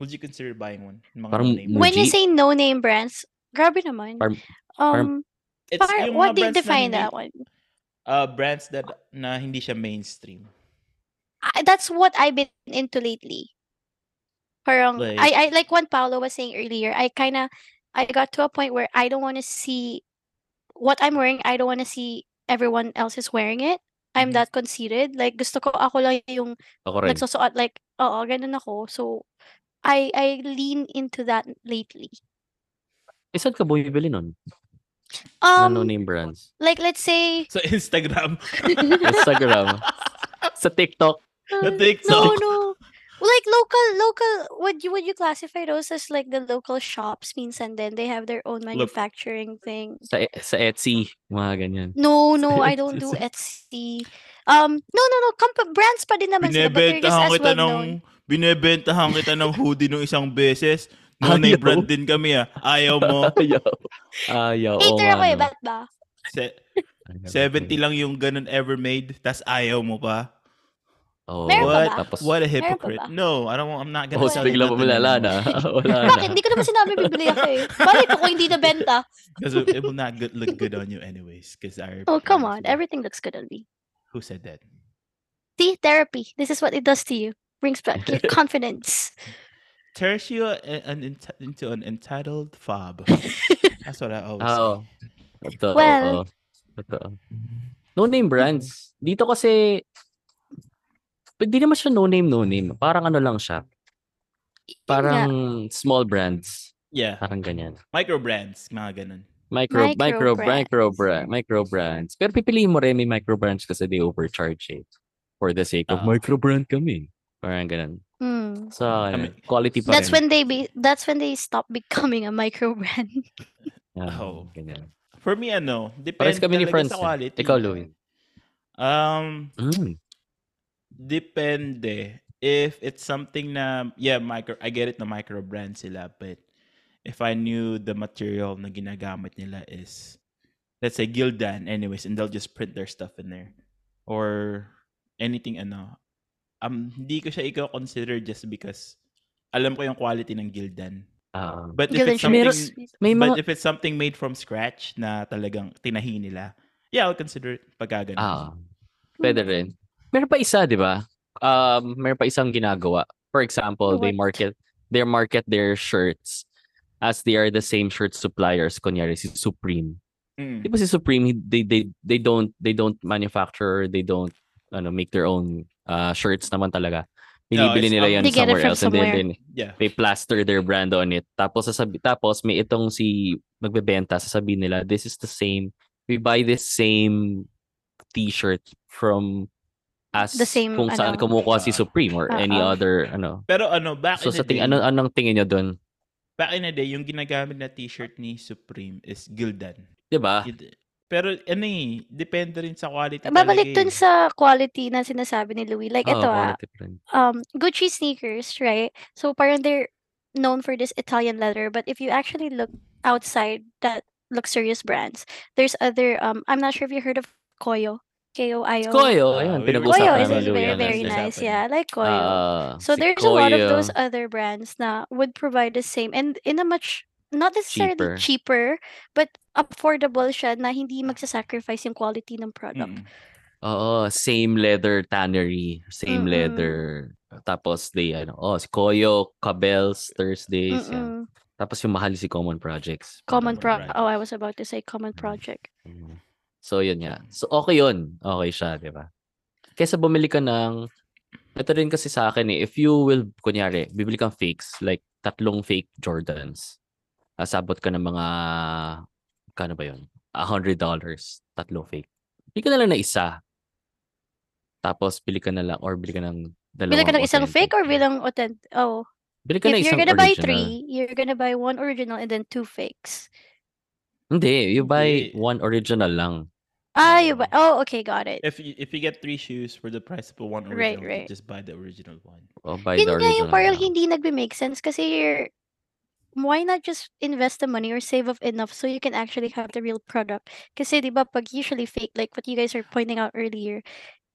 Would you consider buying one? Yung Mga
Parang
no-name
Muji.
When you
Muji?
say no name brands, grabe naman.
Parm-
um,
brands. It's
par-
yung mga
what do you
brands na
define
hindi-
that one?
Uh, brands that na hindi siya mainstream.
I, that's what I've been into lately. Parang
Like-
I, I like what Paolo was saying earlier. I kind of I got to a point where I don't want to see what I'm wearing. I don't want to see everyone else is wearing it.
Mhm.
Mm-hmm.
I'm that conceited. Like gusto ko ako lang yung
Ako rin.
nagsusuot like oo, ganun ako. So I I lean into that lately.
Eh, saan ka bumibili nun?
Um
na no-name brands?
like let's say
Sa Instagram,
Instagram. sa TikTok.
sa
um, No,
TikTok.
no. Well, Like local, local. Would you would you classify those as like the local shops? Means and then they have their own manufacturing thing.
Sa, sa Etsy. Mga ganyan.
No, no, I don't do Etsy. Um, no, no, no. Comp- brands pa din naman sila, but they're just
Binebentahan
as
kita ng
well known.
binebentahan kita ng hoodie nung isang beses. No
Ayaw.
name brand din kami ah. Ayaw mo.
Ayaw. Ayaw. oo
Hater
nga,
ako eh,
no.
ba't ba?
Se-
Ayaw,
70
okay.
lang yung ganun ever made, tas ayaw mo pa.
Oh,
Meron pa
What?
ba?
Tapos,
What a
Meron pa
hypocrite.
ba?
No, I don't want, I'm not gonna
Oh,
sell
bigla
you
mo
nothing
malala na.
anymore.
Wala
Bakit?
na.
Hindi ko naman sinabi bibili ako eh. Bali ko kung hindi nabenta.
Because it, it will not good, look good on you anyways. Because I
Oh, come
promise
on.
you.
Everything looks good on me.
Who said that?
See, therapy. This is what it does to you. Brings back your confidence.
Turns you a- eh, an ent- into an entitled fob. That's what I always
Oo.
say.
Totoo.
Well-
oo. Totoo. No-name brands. Dito kasi, hindi naman siya no-name, no-name. Parang ano lang siya.
Yun nga.
Parang small brands.
Yeah.
Parang ganyan.
Micro brands, mga ganun.
Micro, micro,
Micro
micro, bra, micro brands. Pero pipiliin mo rin may micro brands kasi they overcharge it. For the sake
Oo.
of micro brand kami. Parang ganun.
Mm.
So,
mean,
quality pa
That's
rin.
when they be that's when they stop becoming a micro brand.
Yeah,
Oh.
ganyan.
For me, ano, depends
Pares kami ni
talaga
Franz.
sa
eh.
quality.
Ikaw, Louie.
Um,
Mm.
Depende. If it's something na, yeah, micro, I get it na micro brand sila, but if I knew the material na ginagamit nila is, let's say Gildan anyways, and they'll just print their stuff in there. Or anything ano. Um, hindi ko siya ikaw consider just because alam ko yung quality ng Gildan.
Ah.
But if
Gildan
it's
shoes.
something,
Meron- may
but
mga...
if it's something made from scratch na talagang tinahi nila, yeah, I'll consider it pagka ganun.
Ah. Pwede
Hmm.
rin. Meron pa isa, di ba? Um, meron pa isang ginagawa. For example, they
What?
market they market their shirts as they are the same shirt suppliers. Kunyari, si Supreme.
Mm.
Di ba si Supreme, they, they, they don't they don't manufacture, they don't ano, make their own uh, shirts naman talaga.
No,
Binibili
it's-
nila
um,
yan
They get it
somewhere
from
else. And then,
somewhere.
then
Yeah.
they plaster their brand on it. Tapos sasabi, tapos may itong si magbebenta, sasabihin nila, this is the same, we buy this same t-shirt from as
The same,
kung saan
ano.
kumukuha si
Ah.
Supreme or any
Oo.
other ano.
Pero ano, back
So
in
sa
the
ting
day,
ano anong tingin niyo doon?
back in the day, yung ginagamit na t-shirt ni Supreme is Gildan.
'Di ba?
Gid- Pero ano eh, depende rin sa quality talaga
Babalik dun
eh.
sa quality na sinasabi ni Louie. Like,
Oo,
ito ah,
quality print.
um Gucci sneakers, right? So parang they're known for this Italian leather, but if you actually look outside that luxurious brands, there's other um I'm not sure if you heard of Koyo. K O I
It's
O.
Koyo,
Ah, we
ayan,
were
pinag-uusapan
Koyo
Usapan na
is
ni
is
Louie
very,
yan,
Louie.
very
usapan
nice.
yan.
Yeah, I like Koyo.
Ah,
so
si
there's a lot of
Koyo.
those other brands na would provide the same and in a much not necessarily
Cheaper.
cheaper, but affordable siya na hindi magsasacrifice yung quality ng product.
Mm.
Oo, same leather tannery, same
Mm-mm.
leather. Tapos they ano, oh, si Koyo, Cabels, Thursdays, yan.
Mm-mm.
Tapos yung mahal si Common Projects.
Common
parang
pro
Common
Oh, I
projects.
was about to say common
Mm.
project.
ganun. So yun nga. So okay yun. Okay siya, di ba? Kesa bumili ka ng ito rin kasi sa akin eh, if you will, kunyari, bibili kang fakes, like tatlong fake Jordans, asabot ka ng mga, kano ba yun? A hundred dollars, tatlong fake. Bili ka na lang na isa. Tapos, bili ka na lang, or bili ka ng dalawang
Bilang ka ng isang fake or
authentic.
bilang authentic? Oh,
Bili ka
if
ng isang
you're gonna buy
original.
three, you're gonna buy one original and then two fakes.
Hindi, you
Hindi.
buy one original lang.
Ah,
Oo.
you buy. Oh, okay, got it.
If you, if you get three shoes for the price of one original,
Right,
you
right.
just buy the original one.
O Oh, buy the
Yun nga
original
yung parang
lang.
hindi nagbe-make sense kasi you're, why not just invest the money or save up enough so you can actually have the real product? Kasi di ba pag usually fake, like what you guys are pointing out earlier,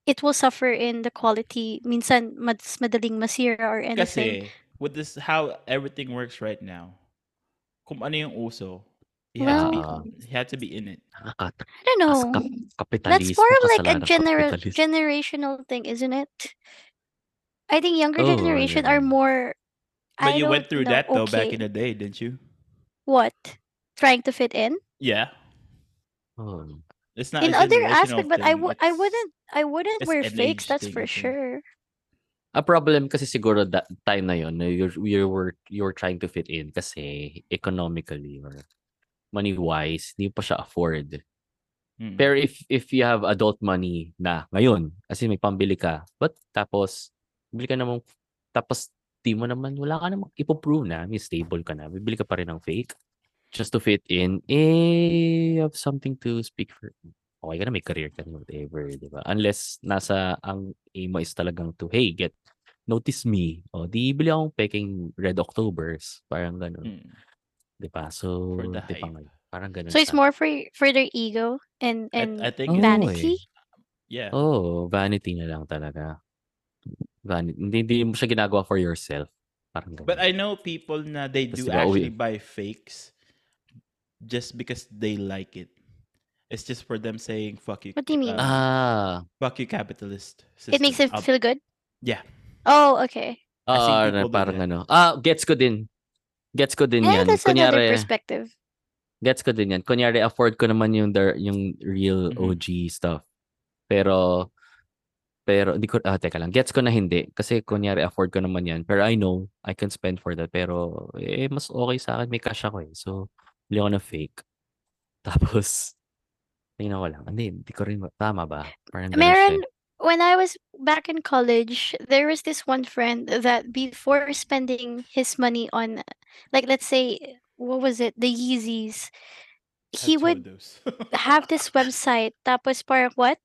it will suffer in the quality. Minsan, mas madaling masira or anything.
Kasi, with this, how everything works right now, kung ano yung uso, you have, to,
Well-
be, you have to be in it.
Nakakatakas
I don't know.
kapitalismo.
That's more of like a
kasalanan ng
genera-
kapitalismo.
generational thing, isn't it? I think younger
Oh,
generation are
yeah.
more.
But
I
you went
don't
through
know,
that though back
okay.
in the day, didn't you?
what trying to fit in
Yeah.
Oh.
It's not
in
a
other
generational
aspect, but I
thing,
would I
it's-
wouldn't I wouldn't
it's
wear
an
fakes.
age
That's
thing, I
for
think.
sure.
A problem kasi siguro that time na yon, na you're, you're, wor- you're trying to fit in kasi economically or money-wise, hindi pa siya afford.
Mm.
Pero if if you have adult money na ngayon, kasi may pambili ka, but tapos, bili ka naman, tapos di mo naman, wala ka namang ipoprove na, may stable ka na, bibili ka pa rin ng fake just to fit in, eh, you have something to speak for. Okay ka na, may career ka na, whatever, di ba? Unless nasa, ang aim mo is talagang to, hey, get, notice me. O, di bili akong peking Red Octobers. Parang
Mm.
ganun, di ba? So,
For the
di ba
hype.
ngayon? Parang ganun
So it's
siya.
more for y- for their ego
I-
and and
I think
Oo eh.
it's-
vanity.
Yeah.
Oh, vanity na lang talaga. Vanity. Hindi, hindi mo siya ginagawa for yourself. Parang ganun.
But I know people na they
Tas
do
diba, uwi-
actually buy fakes just because they like it. It's just for them saying fuck you.
What do you mean?
uh,
Ah.
fuck you capitalist.
It makes them
system. Up-
feel good.
Yeah.
Oh, okay.
I think
Ah,
people do
parang
that.
ano. Ah, gets ko din. Gets ko din
Eh,
yan.
that's another
Kunyari,
perspective.
gets ko din yan. Kunyari, afford ko naman yung, dar- yung real
Mhm.
OG stuff. Pero, pero, di ko, ah, teka lang. Gets ko na hindi. Kasi, kunyari, afford ko naman yan. Pero I know, I can spend for that. Pero, eh, mas okay sa akin. May cash ako eh. So, hindi ako na fake. Tapos, tingnan ko lang. Hindi, hindi ko rin, ma- tama ba? Parang ganun siya
Meron,
eh.
when I was back in college, there was this one friend that before spending his money on, like, let's say, what was it? The Yeezys.
I
He
have two
would
of those.
have this website. Tapos parang what?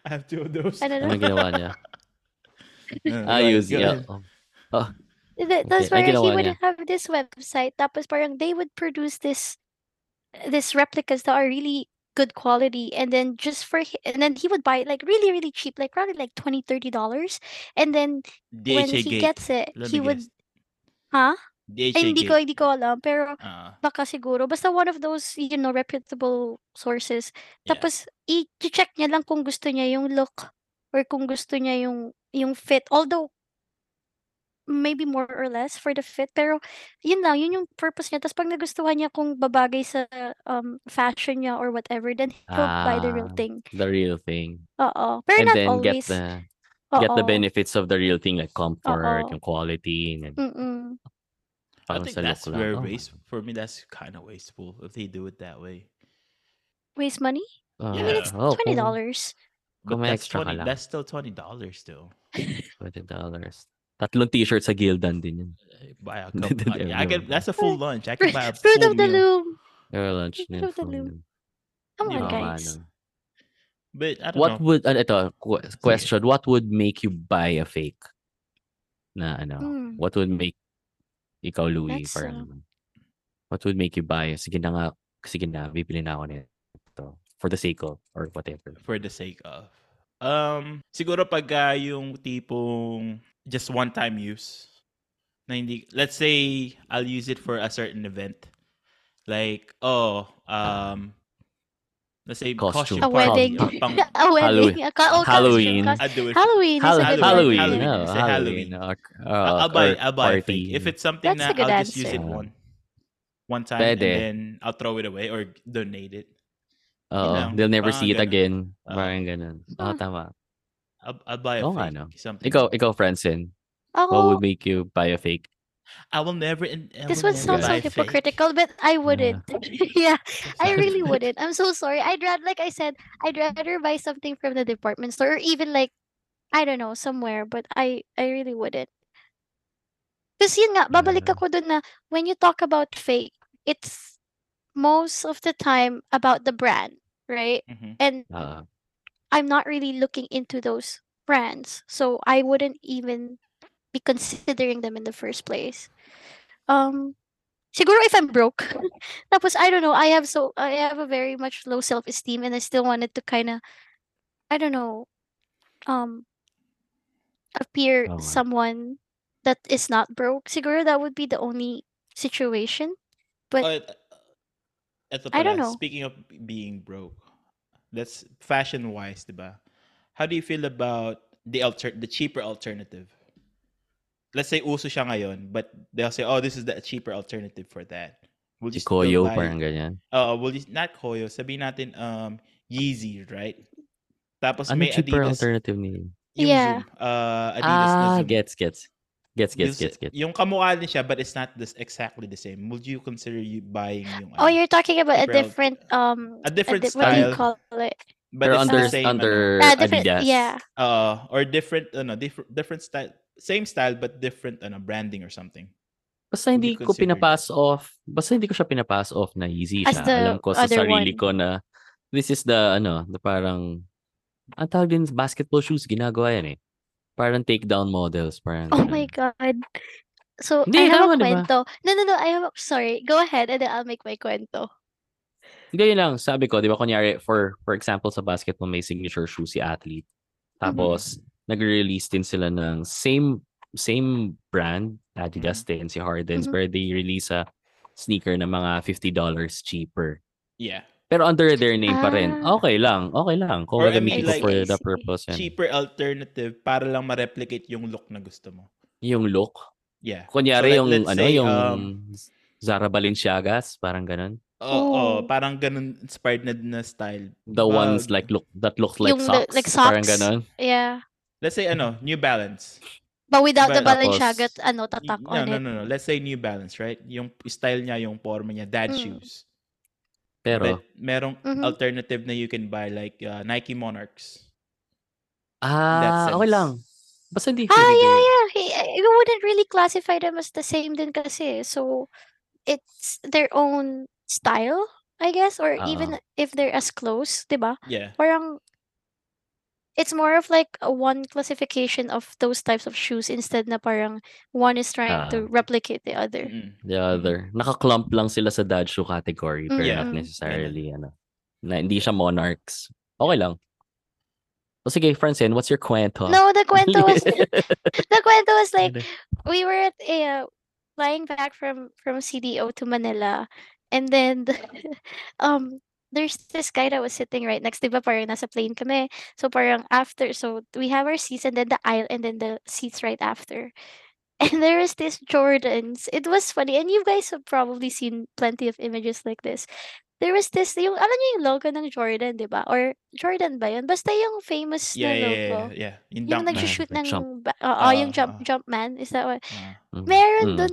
I have two of those.
Ano
Ano ginawa niya?
Yeah,
Ah,
go ahead,
use,
go
yeah.
ahead.
Oh.
Th- That's
Okay,
where
ay,
he
ginawa
would
niya.
have this website. Tapos parang they would produce this this replicas that are really good quality and then just for hi- and then he would buy it like really really cheap like probably like 20 30 dollars and then
DHA
when he
gate.
gets it
Let
he
me
would
guess.
huh
DHA
Ay, hindi
gate.
ko hindi ko alam pero
Ah,
baka siguro basta one of those you know reputable sources
Yeah.
tapos i-check niya lang kung gusto niya yung look or kung gusto niya yung yung fit although maybe more or less for the fit pero yun lang yun yung purpose niya tapos pag nagustuhan niya kung babagay sa um fashion niya or whatever then he'll buy the real
Ah.
thing
the real thing.
oo pero
and
not
then get
always
the get the
Oo.
benefits of the real thing like comfort
Oo.
and quality and
I
Mm-mm.
parang
think
sa look
that's
lang.
where
Oh,
waste. For me, that's kind of wasteful if they do it that way.
waste money
ah,
i mean it's
oh,
$20
kung
But
Kung may
that's
extra ka
twenty.
lang.
That's still twenty dollars, though.
$20. Tatlong t-shirt sa Gildan din yun.
I Buy a
They
couple.
did
I, I
everyone.
can. That's a full lunch. I can buy a
fruit
full
of the
meal.
loom
Air lunch na yun
Fruit of the
from-
Loom. come
Hindi
on
ba
Tama,
guys
ano.
But I don't
What
know.
would, ano, ito, qu- question, what would make you buy a fake? Na ano,
Mm.
what would make ikaw, Louie,
That's,
parang
ah,
naman. What would make you buy? Sige na nga, sige na, bibili na ako nito. For the sake of, or whatever.
for the sake of. Um, siguro pag ah, yung tipong just one time use. Na hindi, let's say I'll use it for a certain event. Like, oh, um, let's say costume,
Costume.
a
Parang-
wedding
party. ah, Pang,
a wedding a ca- oh, costume,
Halloween.
cos-
I'll do it.
Halloween is a
Halloween.
good
Halloween.
word.
Halloween.
no,
Say
Halloween.
Halloween.
Or,
I'll,
uh,
I'll buy,
or
I'll buy a
party.
fake. If it's something
That's a
na
good
I'll just use it
answer.
one, one time and
Pwede.
then I'll throw it away or donate it.
Oo,
lang.
they'll never
Parang
see it
Ah, ganun.
again.
Oo.
Parang ganun. Oo,
Ah.
tama.
I'll, I'll buy a
Oo
fake.
nga, no.
Something.
Ikaw, ikaw, Francine,
Oh.
what
Ako,
would make you buy a fake?
I will never. in- I
this
will
one
never
sounds
buy a fake.
so hypocritical, but I wouldn't. yeah, I
Sorry.
really wouldn't. I'm so sorry. I'd rather, like I said, I'd rather buy something from the department store or even like, I don't know, somewhere, but I, I really wouldn't. Kasi yun nga, babalik
Yeah.
ako dun na, when you talk about fake, it's most of the time about the brand, right?
Mhm.
And
Ah,
I'm not really looking into those brands, so I wouldn't even be considering them in the first place. Um, siguro if I'm broke, tapos I don't know, I have so I have a very much low self esteem, and I still wanted to kind of, I don't know, um, appear
Oo nga.
someone that is not broke. Siguro that would be the only situation. But-
Oh, et- uh, eto
I don't
pala,
know.
Speaking of b- being broke, that's fashion wise, diba? How do you feel about the alter the cheaper alternative? Let's say uso siya ngayon, but they'll say, "Oh, this is the cheaper alternative for that." Will
si
you still
Koyo,
buy-
parang ganyan.
Oo, will you not Koyo? Sabihin natin um Yeezy, right? Tapos
Ano
may
cheaper
Adidas
alternative ni?
yung
Yeah.
Zoom, uh, Adidas na
Ah,
Zoom.
gets, gets. Gets,
Yung
gets,
sa-
gets, gets.
Yung kamukha din siya, but it's not this exactly the same. Would you consider you buying yung
Oh,
ano?
you're talking about a
Different-
different um
a different
di- What do you
style,
call it?
but
Pero
it's
under,
the same,
under
Ah, different-
Adidas.
yeah.
ano, uh, or different, ano, different, different style, same style but different, ano, branding or something.
Basta
Would you
hindi ko
consider that?
pinapass off. Basta hindi ko siya pinapass off na easy
As
siya.
the
Alam ko sa
other
sarili
one.
ko na this is the ano, the parang ang tawag din basketball shoes ginagawa yan eh. Parang takedown models. Parang
Oh
ganun.
my god. So
Hindi,
I have
tama,
a
diba?
kwento. No, no, no. I have a, sorry. Go ahead and then I'll make my kwento.
Hindi yun lang,
Mm-hmm.
sabi ko, di ba, kunyari, for, for example, sa basketball, may signature shoe si athlete. Tapos, nag-release din sila ng same same brand, Adidas din, si Harden's,
Mhm.
where they release a sneaker na mga $50 cheaper.
Yeah.
Pero under their name pa rin.
Ah.
Okay lang, okay lang. Kung
Or, I
gagamitin
mean,
ko
like,
for
I
the
see.
purpose. yan.
Cheaper alternative para lang ma-replicate yung look na gusto mo.
Yung look.
Yeah.
Kunyari
let-
yung,
let's
ano,
say,
yung
um,
Zara Balenciagas, parang ganun.
Oo,
Oh.
parang ganun inspired na, na style.
The
Bag.
ones like look that look like
uh, Yung
socks,
the- like
parang
socks.
ganun.
Yeah.
Let's say ano, New Balance.
But without the
But
tapos-
Balenciaga, ano, tatak
no,
on
no,
it.
no, no. Let's say New Balance, right? Yung style niya, yung forma niya, dad
Mm.
Hmm.
shoes. But
Pero
merong
Mhm.
alternative na you can buy like uh, Nike Monarchs. in that
ah, okay
sense.
lang. Basta hindi
Ah,
hindi-
yeah, yeah. He- I- You wouldn't really classify them as the same din kasi. So, it's their own style, I guess. Or even if they're as close, di ba?
Yeah.
Parang, it's more of like a one classification of those types of shoes instead na parang one is trying to replicate the other.
Mm.
The other. Naka-clump lang sila sa dad shoe category pero not
Mm.
necessarily ano. Na hindi siya monarchs. Okay lang. O sige, Francine, what's your kwento?
No, the kwento was the kwento was like we were at a uh, flying back from from CDO to Manila, and then the, um there's this guy that was sitting right next. Diba parang nasa plane kami. So parang after, so we have our seats and then the aisle and then the seats right after. And there is this Jordans. It was funny, and you guys have probably seen plenty of images like this. There was this, yung, alam niyo yung logo ng Jordan, di ba? Or Jordan ba yun? Basta yung famous
Yeah,
na
yeah,
logo.
yeah, yeah, yeah. Yung
Yung
dunk na.
nagsushoot ng...
like jump.
Ba- oo, yung
Ah,
jump,
ah.
jump man. Is that what?
Ah.
Mm,
Meron
mm.
dun.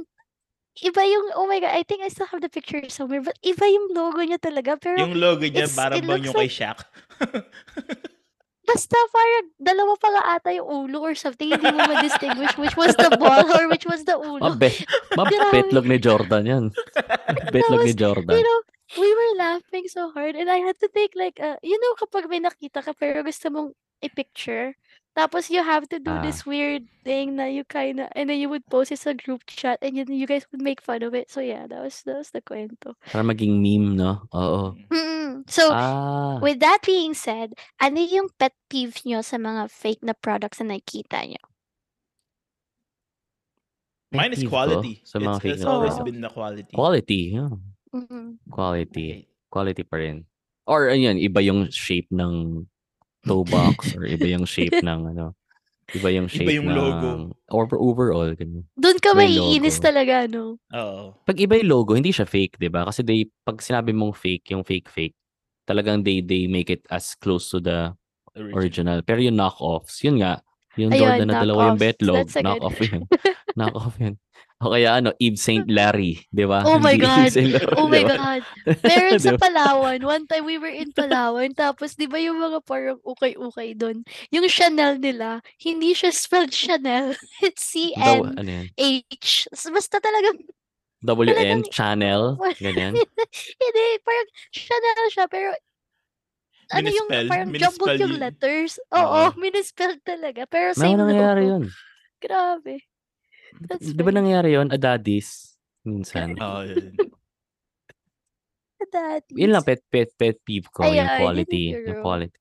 Iba yung... Oh my God, I think I still have the picture somewhere. But iba yung logo niya talaga. Pero
Yung logo niya,
It's-
para
it
bang
looks
yung kay
like-
Shaq.
basta parang dalawa pa nga ata yung ulo or something. Hindi mo ma-distinguish which was the ball or which was the ulo.
Mabet, mabetlog ni Jordan yan. Betlog ni Jordan.
You know, we were laughing so hard and I had to take like a... You know, kapag may nakita ka pero gusto mong i-picture, tapos you have to do
Ah.
this weird thing na you kinda... And then you would post it sa group chat and then you guys would make fun of it. So yeah, that was, that was the kwento.
Para maging meme, no? Oo.
Mm.
Mm-mm. So,
Ah.
with that being said, ano yung pet peeve nyo sa mga fake na products na nakikita nyo?
Mine is
effective ko
quality.
Sa mga
it's,
fake
it's
na
always
product.
been the quality.
Quality. yeah.
Mhm.
Quality.
Right.
Quality pa rin. Or ayun, iba yung shape ng toe box or iba yung shape ng ano. Iba yung shape
Iba yung
ng,
logo.
Or overall. Ganun.
Doon ka
May
maiinis
logo.
talaga, no?
Oo.
Pag iba yung logo, hindi siya fake, di ba? Kasi they, pag sinabi mong fake, yung fake-fake, talagang they, they make it as close to the
Original.
original. Pero yung knockoffs, yun nga, yung
Ayun,
Jordan na dalawa yung
knockoffs.
betlog,
That's a good-
knockoff yun. knockoff yun. O kaya ano, Yves Saint Larry, di ba?
Oh my
Hindi
God.
Yves Saint Laurent,
Oh
di
my
ba?
God. Meron sa
Diba?
Palawan. One time we were in Palawan. tapos, di ba yung mga parang ukay-ukay doon? Yung Chanel nila, hindi siya spelled Chanel. It's
Daw,
C-N-H.
ano yan?
S- Basta talaga,
WN,
Talagang-
channel,
Wala.
ganyan.
hindi. Parang Chanel siya, pero ano yung
Minispell-
parang jumbled
minispell
yung
yun.
letters.
Oo.
Oo, minispelled talaga. Pero
Na,
same
nangyari
logo.
yun?
Grabe. That's
Di ba
funny.
nangyari yun? Adadis, minsan.
Oo, yun.
Daddies.
Yun lang, pet, pet, pet peeve ko,
Ayun,
yung
yun yung
quality. Yung
siguro.
quality.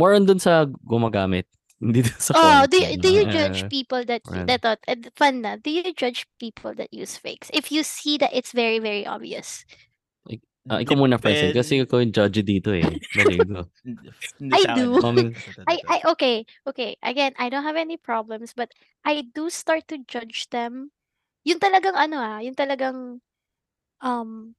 More on dun sa gumagamit. Hindi dun sa
Oh,
quality.
do you, do you
Ah,
judge people that
Well.
y- that thought and fun na? Do you judge people that use fakes? If you see that it's very very obvious.
ah, ikaw muna, Francine, kasi
Depend-
ako yung judge dito eh. Dali, go.
Hindi
I
sa akin.
do.
Comment.
I I okay okay again I don't have any problems but I do start to judge them. Yung talagang ano ah, yung talagang um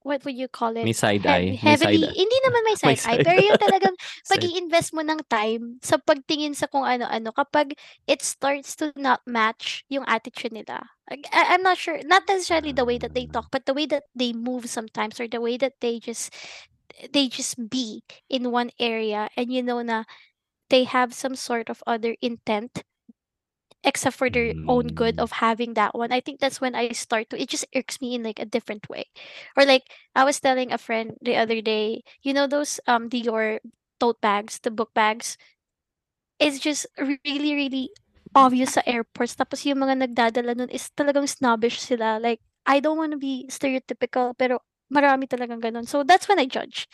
what would you call it?
May side
Heav-
eye. May
heavily,
side eye.
hindi naman may
May
side, eye,
side
pero yung talagang pag
Side-
invest mo ng time sa pagtingin sa kung ano-ano, kapag it starts to not match yung attitude nila. Like, I, I'm not sure, not necessarily the way that they talk, but the way that they move sometimes or the way that they just, they just be in one area and you know na they have some sort of other intent except for their own good
Mm.
of having that one. I think that's when I start to it just irks me in like a different way. Or like I was telling a friend the other day, you know those um Dior tote bags, the book bags. It's just really really obvious sa airports. Tapos yung mga nagdadala nun is talagang snobbish sila. Like I don't want to be stereotypical pero marami talagang ganun. So that's when I judge.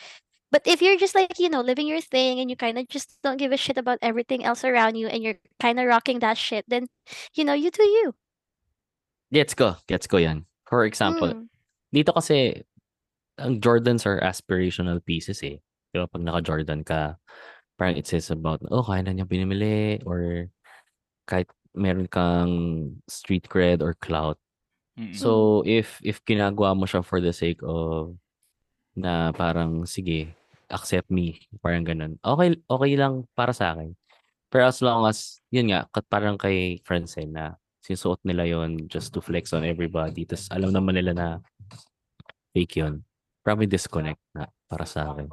But if you're just like, you know, living your thing and you kind of just don't give a shit about everything else around you and you're kind of rocking that shit, then, you know, you do you.
Gets ko. Gets ko yan. For example,
Mm.
dito kasi ang Jordans are aspirational pieces eh. Di ba? Pag naka-Jordan ka, parang it says about, oh, kaya na niya binimili or kahit meron kang street cred or clout.
Mm-mm.
So, if if ginagawa mo siya for the sake of na parang, sige, accept me, parang ganun. Okay, okay lang para sa akin. Pero as long as, yun nga, kat- parang kay friends eh, na sinusuot nila yon just to flex on everybody. Tapos alam naman nila na fake yun. Probably disconnect na para sa akin.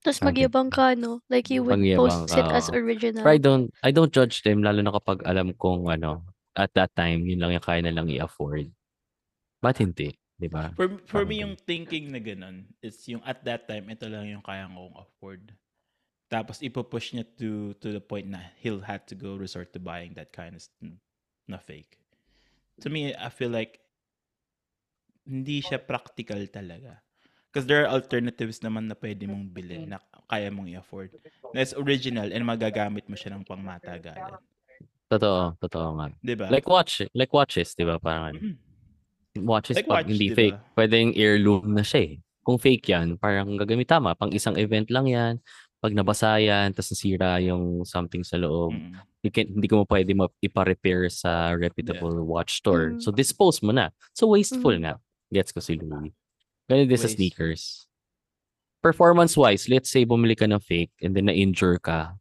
Tapos
Sabi-
magyabang ka, no? Like you would
Mangyabang
post it
ka,
as
oo.
original.
But I don't, I don't judge them, lalo na kapag alam kong ano, at that time, yun lang yung kaya na lang i-afford. Ba't hindi? Di ba?
For for me
Parang
yung thinking na ganun, it's yung at that time ito lang yung kaya kong afford. Tapos ipopush niya to to the point na he'll had to go resort to buying that kind of s- na fake. To me, I feel like hindi siya practical talaga. Because there are alternatives naman na pwede mong bilhin na kaya mong i-afford. Na it's original and magagamit mo siya ng pangmatagalan.
Totoo, totoo nga.
Di ba?
Like watch, like watches, 'di ba? Parang ano,
Mhm.
watches
Like
pag
watch, di
hindi fake,
ba? Mm.
pwedeng heirloom na siya eh. Kung fake 'yan, parang gagamit tama, pang isang event lang 'yan. Pag nabasa yan, tapos nasira yung something sa loob,
Mm-mm.
you can, hindi ko mo pwede ma- ipa-repair sa reputable watch store.
Mm.
So dispose mo na. So wasteful
Mm.
nga. Gets ko si Louie. Ganun din sa
Waste.
sneakers. Performance-wise, let's say bumili ka ng fake and then na-injure ka.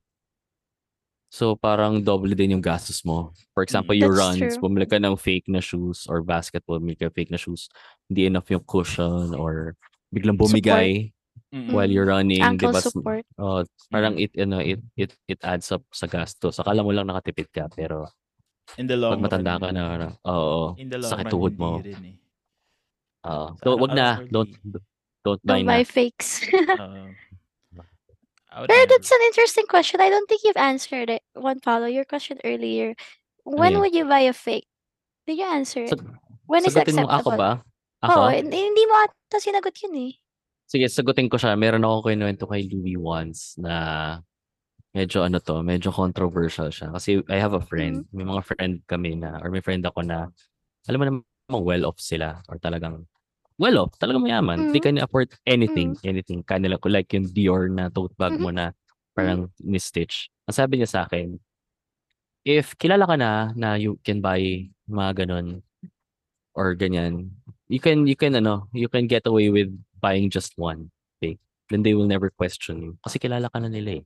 So parang double din yung gastos mo. For example,
Mm.
you your
That's
runs,
true.
bumili ka ng fake na shoes or basketball, bumili ka ng fake na shoes. Hindi enough yung cushion or biglang
Support.
bumigay
Mm-mm.
while you're running. di
Mm. Ankle
ba? S-
support.
Oh, parang it ano it it it adds up sa gastos. Akala mo lang nakatipid ka pero
In the long
pag matanda
run,
ka na
hindi.
ano, oo,
In the long
sakit
run,
tuhod
hindi
mo.
rin eh.
Oo.
Sa
So, wag
araw-araw
na,
or
don't don't buy
Don't
na.
buy fakes.
Um, I would
Pero
never-
that's an interesting question. I don't think you've answered it. One follow your question earlier. When
yan?
would you buy a fake? Did you answer it?
Sag-
when is
sagutin mo ako
acceptable?
ba? Ako?
Oo, hin- hindi mo ata sinagot yun eh.
Sige, sagutin ko siya. Meron ako kinuwento kay Louie once na medyo ano to, medyo controversial siya. Kasi I have a friend,
Mm-hmm.
may mga friend kami na, or may friend ako na, alam mo naman, well-off sila, or talagang, well-off, talagang mayaman. They can
Mhm.
afford anything, anything. Kanila ko, like yung Dior na tote bag mo na, parang ni-stitch. Ang sabi niya sa akin, if kilala ka na, na you can buy mga ganun, or ganyan, you can, you can, ano, you can get away with buying just one thing. Then they will never question you. Kasi kilala ka na nila eh.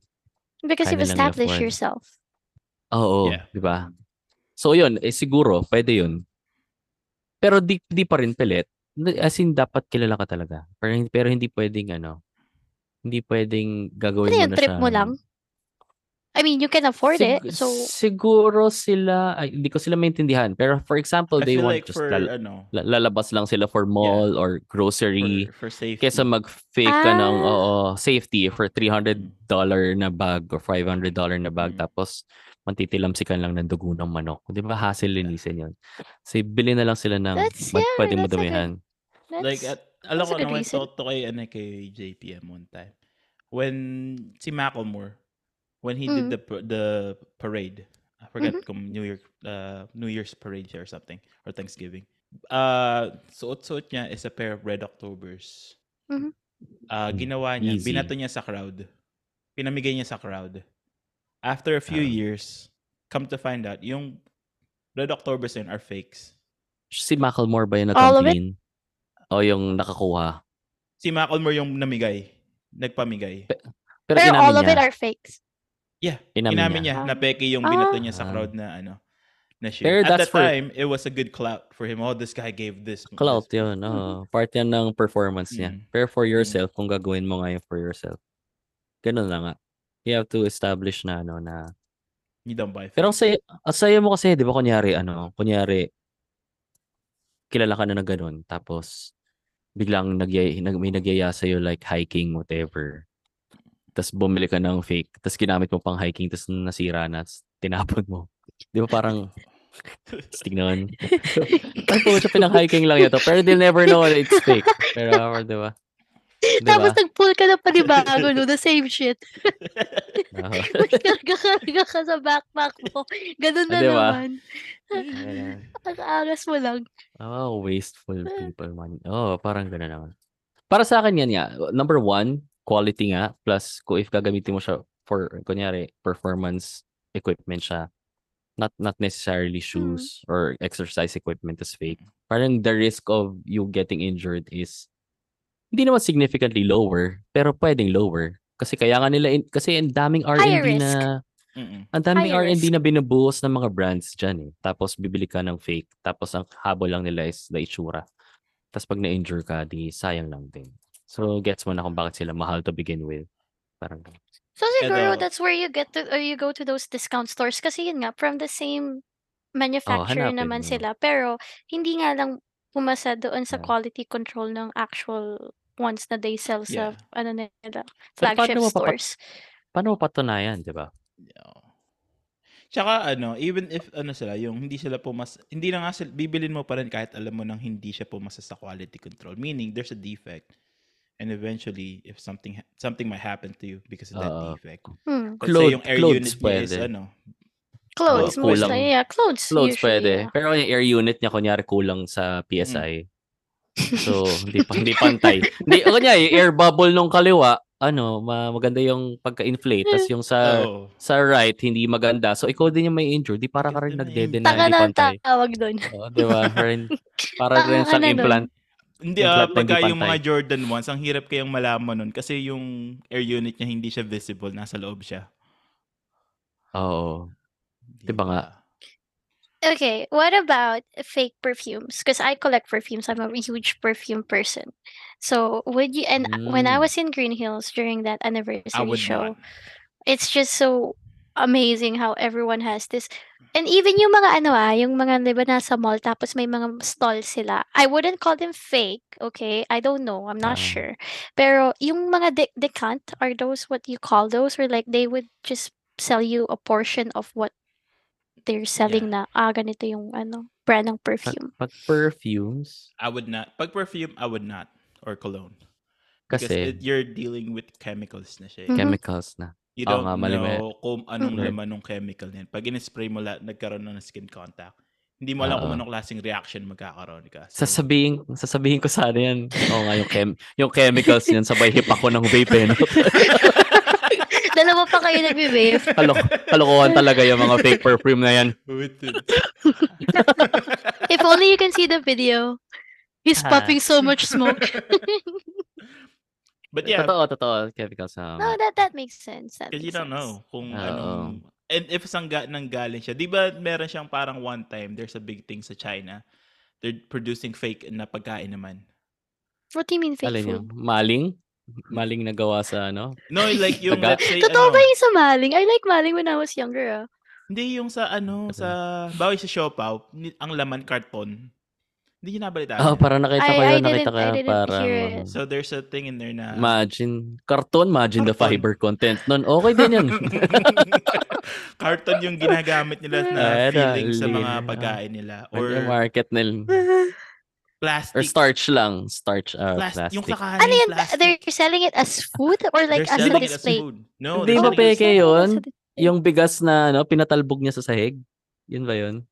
Because you've
Kaya nilang i-afford.
established yourself.
Oo,
Yeah.
di ba? So yun, eh, siguro, pwede yun. Pero di, di pa rin pilit. N- As in, dapat kilala ka talaga. Pero, hin- pero hindi pwedeng ano, hindi pwedeng gagawin
Ano
mo
yun,
na
trip mo
siyang-
lang? I mean, you can afford
Sig-
it. So,
Siguro sila, ay, hindi ko sila maintindihan. Pero for example,
I
they
feel
want
like
just
for,
lal-
ano,
la- lalabas lang sila for mall or grocery.
for, for safety. Mm.
Kesa mag-fake ka ng
Ah.
oo, safety for $300 na bag or $500 na bag
Mm.
tapos matitilamsikan lang ng dugo ng manok. Di ba hassle linisin yun? So, bili na lang sila ng
That's-
ba't
yeah,
pwede mo
that's a good-
damihan.
that's...
like,
uh,
at, alam
that's
ko,
a good
naman
reason.
talk to kay, ano, kay JPM one time. When, si Macklemore, when he did
Mm. Mm-hmm.
the pa- the parade, I forgot kung New York, uh, New Year's parade siya or something, or Thanksgiving. Uh, suot-suot niya is a pair of Red Octobers.
Mhm.
Ah,
Mm,
ginawa niya,
easy.
binato niya sa crowd. Pinamigay niya sa crowd. After a few
Ah.
years, come to find out, yung Red Octobers yun are fakes.
Si Macklemore ba yun na
All of it?
tumbling? O yung nakakuha?
Si Macklemore yung namigay. Nagpamigay.
Pero,
Pero
inamin
all of
niya.
it are fakes.
Yeah,
inamin,
inamin,
niya.
niya. na
niya.
peke yung
Ah.
binato niya sa
Ah.
crowd na ano, na shoe.
Pero
At
that's
that
for-
time, it was a good clout for him. Oh, this guy gave this. this-
Clout yun.
Mhm.
oo. part yan ng performance niya.
Mm.
Pero for yourself, kung gagawin mo ngayon for yourself, ganun lang nga. You have to establish na ano na
You don't buy fake.
Pero ang saya, ang saya mo kasi, di ba, kunyari, ano, kunyari, kilala ka na na ganun, tapos, biglang nagyay, nag, may nagyaya sa'yo like hiking, whatever. Tapos bumili ka ng fake, tapos ginamit mo pang hiking, tapos nasira na, tapos tinapon mo. Di ba parang, tapos tignan. Tapos po siya pinang-hiking lang yun to, pero they'll never know that it's fake. Pero, di ba?
Tapos
Diba?
nag-pull ka na panibago, no? The same shit.
Oo.
May karga-karga ka sa backpack mo. Ganun na
Ah, diba?
naman.
Ganun.
Ang angas mo lang.
Oh, wasteful
Eh.
people man. Oh, parang gano'n naman. Para sa akin yan nga. Number one, quality nga. Plus, kung if gagamitin mo siya for, kunyari, performance equipment siya. Not not necessarily
Hmm.
shoes or exercise equipment is fake. Parang the risk of you getting injured is hindi naman significantly lower, pero pwedeng lower. Kasi kaya nga nila, in- kasi ang daming
Higher
R&D
risk.
na ang daming
Higher
R&D
risk.
na binubuhos ng mga brands dyan eh. Tapos bibili ka ng fake. Tapos ang habol lang nila is the itsura. Tapos pag na-injure ka, di sayang lang din. So gets mo na kung bakit sila mahal to begin with. Parang
So
Pero-
siguro that's where you get to or you go to those discount stores kasi yun nga from the same
Oh,
manufacturer
hanapin
naman
mo.
sila pero hindi nga lang pumasa doon sa
Yeah.
quality control ng actual ones na they sell sa
Yeah.
ano nila
Pero
flagship
paano mo papa-
stores.
paano mo patunayan, di ba?
Oo. Tsaka ano, even if ano sila, yung hindi sila pumas, hindi na nga sila, bibilin mo pa rin kahit alam mo nang hindi siya pumasa sa quality control. Meaning, there's a defect. And eventually, if something ha- something might happen to you because of that
Oo.
defect.
Hmm.
Let's
Clothes-
say yung air
clothes
unit niya is
pwede.
ano,
Clothes,
kulang.
mostly. Yeah, clothes.
Clothes
usually,
pwede.
yeah.
Pero yung air unit niya, kunyari kulang sa PSI. So, hindi, pa, hindi pantay. hindi, o kanya, yung air bubble nung kaliwa, ano, ma- maganda yung pagka-inflate.
Eh.
Tapos yung sa
oh,
sa right, hindi maganda. So, ikaw din yung may injury. Di para ka rin
Ganda na
nagdede na
Taka
hindi
na ang
pantay.
tawag doon.
Oo, di ba? Rin, para
Taka
rin
ka
sa
na ano nun.
implant.
Hindi,
Yung
ah,
flat na hindi
pagka yung mga
pantay.
Jordan 1s, ang hirap kayang malaman nun kasi yung air unit niya hindi siya visible, nasa loob siya.
Oo. Diba nga?
Okay, what about fake perfumes? Because I collect perfumes. I'm a huge perfume person. So would you? And when I
Mm.
was in Green Hills during that anniversary
I would
show,
not.
it's just so amazing how everyone has this. And even yung mga ano ah, yung mga diba nasa mall tapos may mga stall sila. I wouldn't call them fake, okay? I don't know. I'm
Ah.
not sure. Pero yung mga de- decant, are those what you call those? Where like they would just sell you a portion of what they're selling na, ah, ganito yung ano, brand ng
Pag,
perfume.
pag perfumes,
I would not. Pag perfume, I would not. Or cologne. Because
kasi
it- you're dealing with chemicals na siya. eh.
Mhm.
chemicals na.
You
Oo
don't
nga, mali ba?
know kung anong
Mhm.
laman ng chemical na yun. Pag in-spray mo lahat, nagkaroon na ng skin contact. Hindi mo alam kung
Oo.
anong klaseng reaction magkakaroon ka. So,
Sasabihin,
Mm-hmm.
sasabihin ko sana yan. Oo nga, yung, chem, yung chemicals yan, sabay hip ako ng vape eh. no?
Dalawa pa kayo nagbe-wave.
Kalok, kalokohan talaga yung mga fake perfume na yan.
with it.
If only you can see the video. He's
Ah.
popping so much smoke.
But yeah,
Totoo, totoo. Chemicals um, na.
no, that that makes sense. That
Because you
makes
don't
sense.
know kung
Oo.
anong... And if saan ga, nang galing siya. Di ba meron siyang parang one time, there's a big thing sa China. They're producing fake na pagkain naman.
What do you mean fake
Alin yun?
food?
Maling? Maling na gawa sa ano?
No, like yung
Taga-
let's say
Totoo
ano,
ba yung sa maling? I like maling when I was younger. Ah.
Hindi yung sa ano,
Ano?
sa bawi sa Siopaw, ni- ang laman karton. Hindi niyo nabalitaan.
Oo, Oh, parang nakita ko
I- I
yun. Nakita
didn't-
ko
I
yun.
didn't
Parang... ano.
hear it.
So ah. there's a thing in there na
Imagine, cartoon, imagine the
Cartoon.
fiber content nun. Okay din yun.
karton yung ginagamit nila na
Ay,
filling sa
dali.
mga
Ah.
pagkain nila
Or yung
or
market nil.
plastic.
Or starch lang. Starch, uh,
Plas-
plastic.
Yung kakanin,
ano yan?
plastic.
They're selling it as food or like
They're
as a
selling it as
display? Oh,
food. No,
Hindi
they're
ba
selling it as-
peke yun?
As a dis-
Yung bigas na ano, pinatalbog niya sa sahig. Yun ba yun?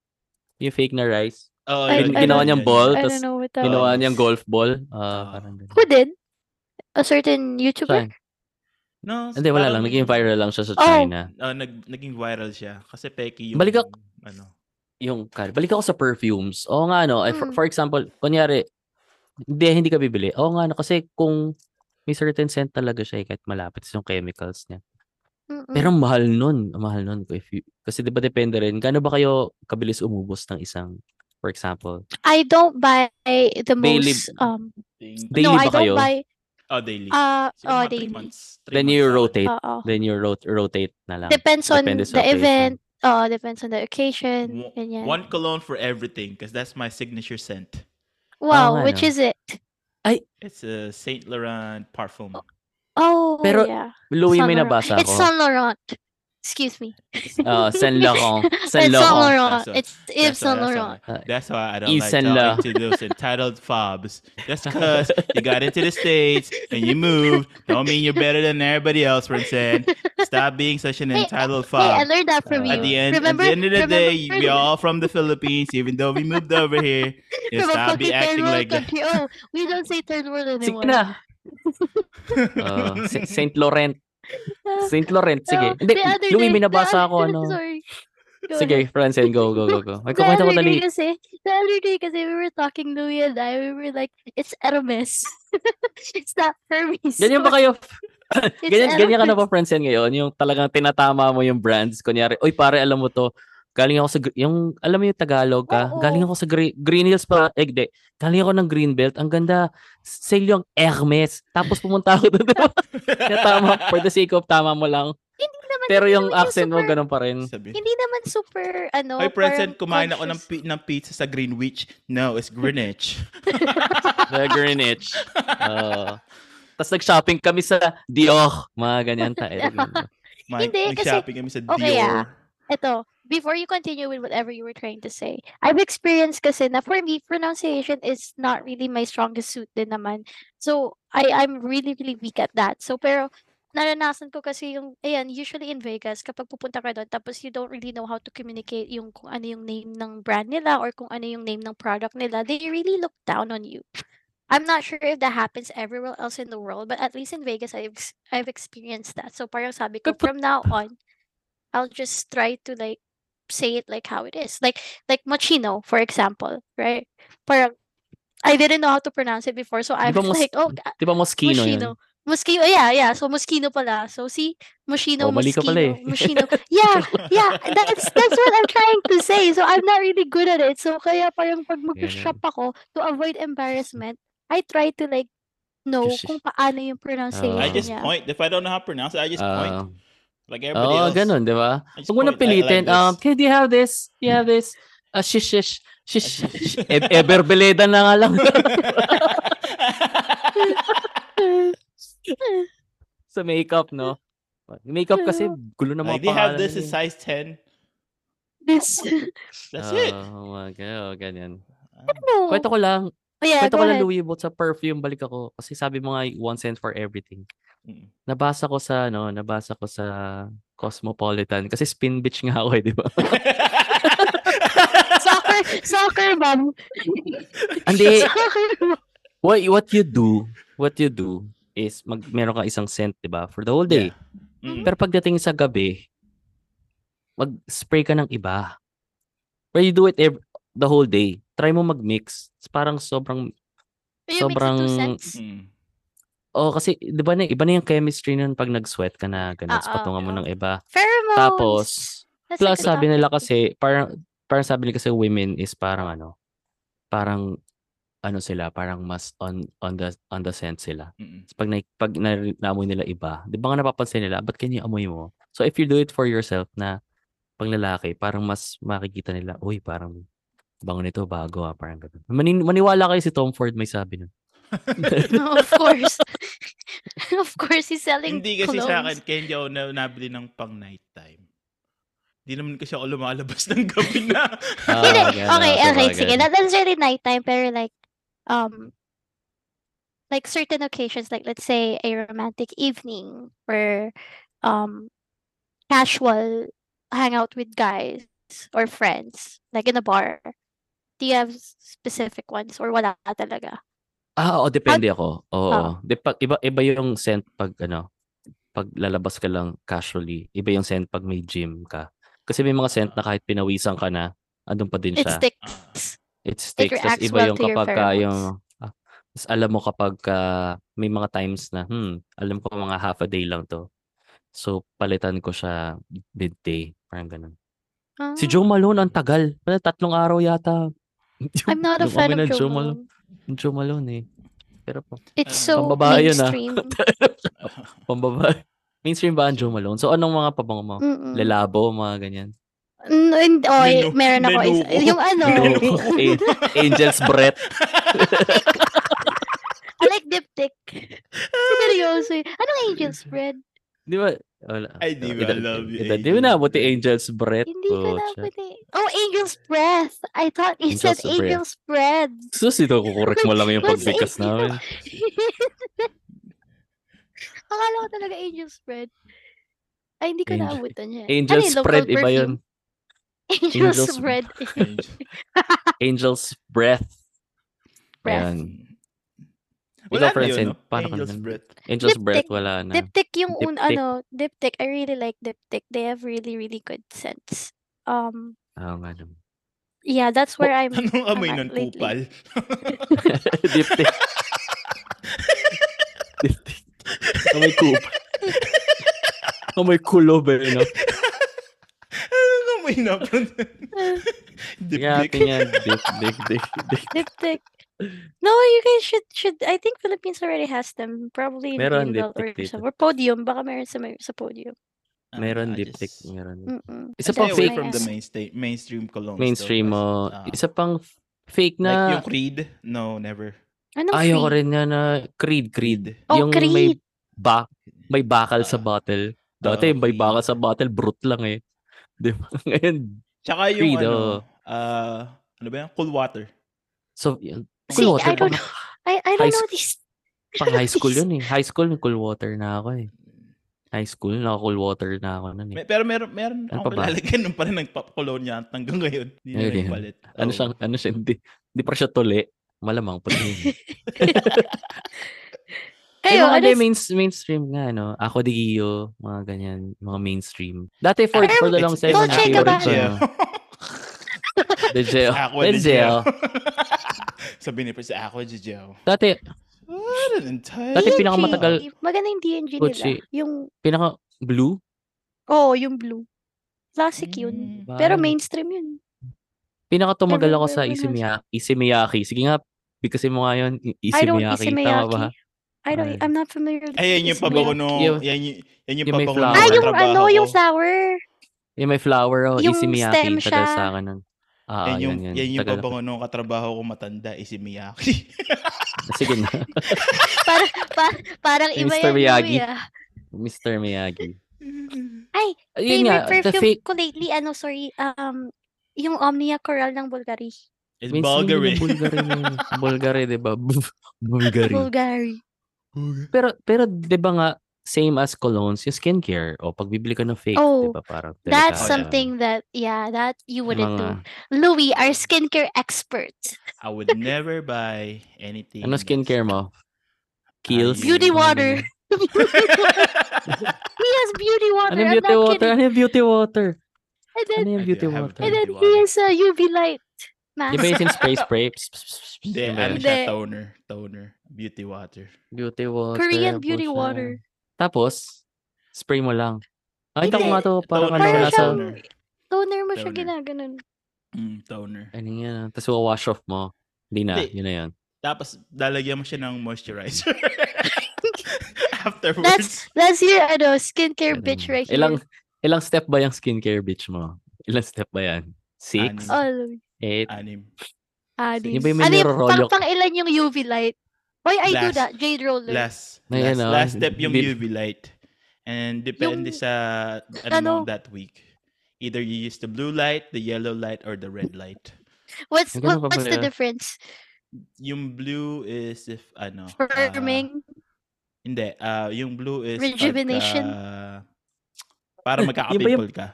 Yung fake na rice.
Oo,
I-
yun, yun,
I Oh, ginawa
yun,
niyang
yun,
ball,
yun.
I
tas
don't know what that
ginawa
Ginawa
was.
niyang golf ball. Ah,
Oo.
parang ganun.
Who did? A certain YouTuber?
Saan?
No,
Hindi, wala lang.
parang-
Naging viral lang siya sa
Um, Oh.
China.
Oo, nag- naging viral siya kasi peke yung
Balik ako-
ano.
yung kar. Balik ako sa perfumes. Oo nga no, eh, for,
Mm.
for example, kunyari hindi hindi ka bibili. Oo nga no kasi kung may certain scent talaga siya eh, kahit malapit sa yung chemicals niya.
Mm-mm.
Pero ang mahal nun, ang mahal nun ko if you, kasi 'di ba depende rin gaano ba kayo kabilis umubos ng isang for example.
I don't buy the
Daily-
most. Um,
Thing.
Daily
no, I
ba kayo?
don't buy.
Oh, daily. Siguro mga
Uh, oh,
three
daily.
months, three
Then
months
you
sa akin.
rotate,
Oo.
then you rot- rotate na lang.
Oh. Depends on
Depende sa
the
occasion.
event. Oh, depends on the occasion.
Wo-
Ganyan.
One cologne for everything because that's my signature scent.
wow,
nga,
which
no?
is it?
It's a Saint Laurent parfum.
Oh,
Pero-
yeah.
Louis
Saint
may
Laurent.
nabasa
It's
ako.
Saint Laurent. Excuse me.
Uh, Saint Laurent. Saint
it's Saint
Laurent.
Laurent.
That's a-
It's Yves
That's why-
Saint
that's
Laurent.
why- That's why I don't
Ethan
like
Law.
talking to those entitled fobs. Just because you got into the States and you moved, don't mean you're better than everybody else, Rinsen. Stop being such an
Hey,
entitled
Hey, I
fob.
learned that from
Uh,
you.
At the end, at
remember,
the end of the
remember
day, we're
from-
all from the Philippines, even though we moved over here. Just
from a
stop be
fucking third
acting
world
like that.
country. Oh, we don't say third world
Sige
anymore.
na. Uh, Sa- Saint Laurent.
Ah,
Saint Laurent. Sige.
oh,
Hindi,
the other
Louis,
day- the
binabasa
other-
ako ano.
Sorry. Go
Sige, Francine, go, go, go, go. May
The
kukwento ko
other
dali.
day kasi, the other day kasi we were talking, Louie and I, we were like, it's Hermes. it's not Hermes.
Ganyan ba kayo? ganyan, ganyan ka na
Hermes.
ba, Francine, ngayon? Yung talagang tinatama mo yung brands. Kunyari, oy pare, alam mo to. Galing ako sa, gr- yung, alam mo yung Tagalog ka?
Oo.
Galing ako sa Gre- Green Hills pa. Eh, hindi. Galing ako ng Greenbelt. Ang ganda. Sale yung Hermes. Tapos pumunta ako doon. Kaya tama. For the sake of tama mo lang.
Hindi naman,
Pero
hindi
yung
naman
accent mo,
super-
ganun pa rin.
Sabi.
Hindi naman super, ano,
Hoy, present,
parang
kumain ako ng,
conscious.
pi- ng pizza sa Greenwich. No, it's Greenwich.
The Greenwich. Oo. Tapos nag-shopping kami sa Dior. Mga ganyan eh, tayo.
Mike,
Hindi, kasi-
nag-shopping kami sa
okay,
Dior.
ah. Ito, before you continue with whatever you were trying to say, I've experienced kasi na for me, pronunciation is not really my strongest suit din naman. So, I, I'm really, really weak at that. So, pero naranasan ko kasi yung, ayan, usually in Vegas, kapag pupunta ka doon, tapos you don't really know how to communicate yung kung ano yung name ng brand nila or kung ano yung name ng product nila, they really look down on you. I'm not sure if that happens everywhere else in the world, but at least in Vegas, I've, ex- I've experienced that. So, parang sabi ko,
Kapag-
from now on, I'll just try to like say it like how it is. Like like Machino, for example, right? Parang I didn't know how to pronounce it before, so I'm
ba mos-
like, oh, ah,
Di ba Moschino yun?
Moschino. Moschino, oh, yeah, yeah. So Moschino pala. So see,
Oh,
Moschino,
mali ka pala eh.
Moschino, Moschino. Yeah, yeah. That's that's what I'm trying to say. So I'm not really good at it. So kaya parang pag mag-shop ako to avoid embarrassment, I try to like know
Just-
kung paano yung pronunciation
I just
niya.
point. If I don't know how to pronounce it, I just
Ah.
point. Like everybody
Oo,
else.
oh, ganun, di ba?
I just
Huwag mo nang
point, I- I
pilitin.
like
um,
this.
can you have this? Do you have this? Uh, shish, shish, shish,
shish.
shish. E- Everbeleda na nga lang. sa makeup, no? Makeup kasi gulo na mga
like, they have
pangalan
this in
nila eh.
size 10.
This
That's
Oo,
it.
mga ga- oh, ganyan.
no.
Kwento ko lang,
Oh, yeah,
kwento
go
ko lang
ahead.
Louis about sa perfume balik ako kasi sabi mo nga y- one cent for everything.
Mm.
Nabasa ko sa ano, nabasa ko sa Cosmopolitan kasi spin bitch nga ako, eh, di ba?
soccer, soccer mom.
Hindi,
Soccer mom.
what what you do, what you do is mag meron ka isang scent, 'di ba? For the whole day.
Mm.
Pero pagdating sa gabi, mag-spray ka ng iba. But you do it ev- the whole day. Try mo mag-mix. It's Parang sobrang
You mix it two
Sobrang-
cents?
Mm.
Oh, kasi 'di ba na iba na yung chemistry nun pag nag-sweat ka na, ganun,
Ah, Oh, ah,
patungan mo ng iba.
Pheromones.
Tapos
That's
Plus,
a good
sabi nila
topic.
kasi, parang, parang sabi nila kasi women is parang ano, parang, ano sila, parang mas on, on the, on the scent sila.
Mm.
Pag, na, pag na, naamoy nila iba, di ba nga napapansin nila, ba't kanya amoy mo? So, if you do it for yourself na, pag lalaki, parang mas makikita nila, uy, parang, bango nito, bago ah, parang ganun. Mani- maniwala kayo si Tom Ford may sabi nun.
No, of course. of course, he's selling
Hindi kasi sa akin,
colognes.
Kenya ako na nabili ng pang night time. Hindi naman kasi ako lumalabas ng gabi na.
Ah,
Hindi,
ganun,
okay,
sa
okay,
bagay.
sige. Not necessarily nighttime, pero like, um, like certain occasions, like let's say a romantic evening or um, casual hangout with guys or friends, like in a bar. Do you have s- specific ones or wala talaga?
Ah, oo, depende ako. Oo.
Ah.
De, pag, iba, iba yung scent pag ano, pag lalabas ka lang casually. Iba yung scent pag may gym ka. Kasi may mga scent na kahit pinawisan ka na, andun pa din
It
siya.
sticks.
It sticks. Tas
reacts
iba
well
yung
to your
kapag ka,
pheromones.
yung, ah, tas alam mo kapag ka, may mga times na, hmm, alam ko mga half a day lang to. So, palitan ko siya midday. Parang ganun. Si
Ah,
Joe Malone, ang tagal. Parang Tatlong araw yata.
I'm not a
Yung
fan
amoy
of
ng
Joe Malone.
Joe Malone eh. Pero pa,
It's
Ah,
so
pambabae yun, ah.
mainstream.
Pambabae. Mainstream ba ang Joe Malone? So, anong mga pabango mo?
Mm-mm.
Lalabo, mga ganyan.
Mm, and- oy,
Menu-
meron ako isa.
menuko.
Yung ano,
Menuko. Eh, Angel's breath.
I like diptych. Seryoso. eh. Anong angel's bread?
Di ba? Wala.
Ay, di ba?
Ito-
Love you,
ito- Di ba
Angels
na the
Breath.
Angel's Breath?
Hindi ko
Pucha.
na Oh, Angel's Breath! I thought you said
Angel's Breath.
Angel's Breath.
Sus, ito kukorek mo lang yung
What's
pagbigkas
Angel-
namin.
Akala ko talaga Angel's Bread. Ay, hindi ko
Angel-
naabutan yan.
Angel's
Ano yun, local
Breath, iba yun.
perfume? Angel's,
Angel's
Bread.
Angel.
Angel's Breath.
Breath.
Ayan.
Wala
Ikaw,
na
Francine,
yun, no?
paano ka
Angel's
naman?
Breath.
Angel's Breath,
Diptych.
wala na.
Diptych yung un,
Diptych.
ano, Diptych. I really like Diptych. They have really, really good scents. Um,
Oo nga naman.
yeah, that's where I'm.
Anong amoy
Tama,
nun?
lately.
Kupal?
Diptik. Diptik. Amoy kup. Amoy kulo ba
eh,
yun? no?
Anong amoy na po?
Kaya
Dipdik.
atin yan. Dip, dip, dip, dip.
Diptych. No, you guys should should. I think Philippines already has them. Probably in
Meron
Greenbelt
diptych
or
dito.
somewhere. Podium. Baka meron sa, may- sa podium.
Ah,
Meron
I
diptik.
just
Meron.
Mm-mm. Ano,
Isa pang
But
Stay
that's
away
my
from the
answer.
mainstay, mainstream colognes. though,
Mainstream
kasi,
mo.
ah,
Isa pang fake
Like
na.
yung Creed? No, never.
Anong
Ayoko
creed?
rin nga na Creed, Creed.
Oh,
yung may
Creed.
ba may bakal sa
Ah.
bottle. Dati
Oo,
yung may
Creed.
bakal sa bottle, brut lang eh. Di ba? Ngayon,
Tsaka yung
Creed,
ano,
oh.
ah, ano ba yan? Cool water.
so, yun.
See,
Cool water
I don't
pa-
know. I, I
High
don't know
sc-
these.
Pang high school yun eh. High school, cool water na ako eh. High school, naka cool water na ako nun eh.
May, pero meron, meron ano
Ano
akong
pa ba?
palalagyan nung pa rin ng pop colonial hanggang ngayon. Hindi na Oh.
Ayun yun.
nagpalit.
Ano
Oo.
siya, ano siya, hindi, hindi pa siya tuli. Malamang pa yun.
Kayo,
ano?
ano s-
main, mainstream nga, no? Ako di Gio, mga ganyan, mga mainstream. Dati for,
Pero
for the long
It's-
time,
Don't
ano,
check
favorite
about-
ko, ano, The Geo.
Aqua
The
de
Geo.
Geo. Sabi ni Pris, Aqua de Geo.
Dati,
What an entire...
Dati
DNG.
pinakamatagal-
Maganda yung DNG nila.
Kotse.
Yung,
pinaka, blue?
oh, yung blue. Classic yun.
Mm.
Pero
Wow.
mainstream yun.
Pinaka tumagal ako sa
Everywhere
Isimiyaki. Isimiyaki. Sige nga, because mo nga yun, I-
I don't
Isimiyaki.
Issey
Tama ba?
Miyake. I don't,
Ayun.
I'm not familiar with
Ayan yung
Issey
pabango
Miyake.
nung...
Yung-
Yan yung, yan yung
yung may
pabango
flower.
nung
Ah,
Sa
yung
trabaho
ano, yung
ko.
flower.
Yung may flower, oh,
Yung stem
Isimiyaki. Tagal
siya.
sa akin nun. Ah,
Yan yung,
yun, yun.
yan yung
Tagal pa.
pabango nung katrabaho ko matanda, eh, si Miyaki.
Sige na.
Parang, pa- parang iba
Mr.
yan.
Miyagi.
Miyagi.
Mr. Miyagi.
Mm-hmm. Ay,
Ayun nga,
Favorite
the
perfume
fake.
ko lately, ano, sorry, um, yung Omnia Coral ng Bulgari.
It's
Mainstream yun
Bulgari.
yung Bulgari na yun. Bulgari, di ba? Bul- Bulgari.
Bulgari.
Pero, pero di ba nga, same as colognes, yung skincare. O, pag bibili ka ng fake, di
Oh,
ba? Parang
That's
delikado.
something that, yeah, that you
Mga,
wouldn't do. Louis, our skincare expert.
I would never buy anything.
ano
that's-
skincare mo? Kiehl's?
Beauty
Ano
water.
yun?
He has beauty water.
Ano yung
I'm
beauty
not
water?
kidding.
Ano yung beauty water?
And then,
Ano
I
yung
do,
beauty
I have
water?
Ano
and
yung
then
beauty
he
water?
has a UV light
Di
mask.
ba yung spray spray? Pss, pss, pss, pss,
Hindi,
yun
ano
ba yun?
Hindi.
siya, toner. Toner. Beauty water.
Beauty water.
Korean
po
beauty
siya.
water.
Tapos, spray mo lang. Ay, ko
Hindi.
nga to, parang
Toner.
ano,
Parang
nasa,
siyang- Toner mo siya
Toner.
ginaganon.
Mm, toner.
ano yan, tapos wash off mo. Hindi na,
Hindi.
yun na yun.
Tapos, lalagyan mo siya ng moisturizer. Afterwards.
That's that's your ano skincare
Ganun.
bitch right
Ilang,
here.
ilang step ba yung skincare bitch mo? Ilang step ba yan?
Anim.
Six?
All
Eight?
Anim.
anim.
Yung ba
yung may
Oh, Ano yung
nirorolyo
pang, pang ilan yung UV light? Why I do
Last.
that? Jade roller.
Last.
Na
Last,
yan, oh.
last step yung
Bil-
UV light. And depende
Yung-
sa ano,
ano?
mo that week. Either you use the blue light, the yellow light, or the red light.
What's
Ganun
what,
pa
what's the
pala.
difference?
Yung blue is if ano. ah,
Firming.
hindi. ah yung blue is
Rejuvenation?
pagka- para
Yun ba yung-
magkakapipol ka.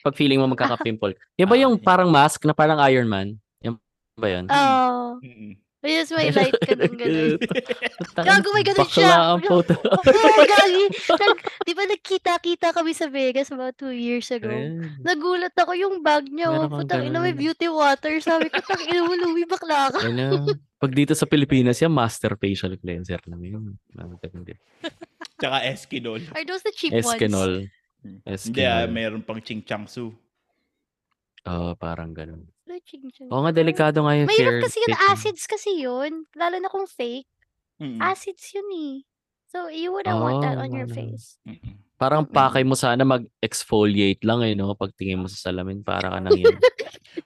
Pag feeling mo magkaka-pimple. Yan ba
Ah,
yung
yeah.
parang mask na parang Iron Man? Yan ba yun?
Oh,
Mm-mm.
just my light ganun ganun. Gago, may ganun
Bakla
siya.
ang puto.
Oh, gagi. Nag, di ba nagkita-kita kami sa Vegas about two years
Ano
ago?
Ayan.
Nagulat ako yung bag niya. Oh,
Meron kang
putang ina, may
ganun.
beauty water. Sabi ko, tang ina mo, Louie, bakla ka.
Yan na. Ano? Pag dito sa Pilipinas, yan master facial cleanser lang yun. Ano, Ang ganda.
Tsaka Eskinol.
Are those the cheap ones?
Eskinol.
Hindi, ah,
Eskinol.
mayroon pang Ching Chang Su.
Oo, parang ganun.
Ano, ching chong?
Oo nga, delikado nga yung
Mahirap
hair
kasi yun.
treatment.
Acids kasi yun. Lalo na kung fake.
Mm-mm.
Hmm.
Ah. Acids yun eh. So, you wouldn't want that
Oh,
on your
wala.
face.
Mm-mm.
Parang pakay mo sana mag-exfoliate lang eh, no? Pagtingin mo sa salamin, para ka nang yan.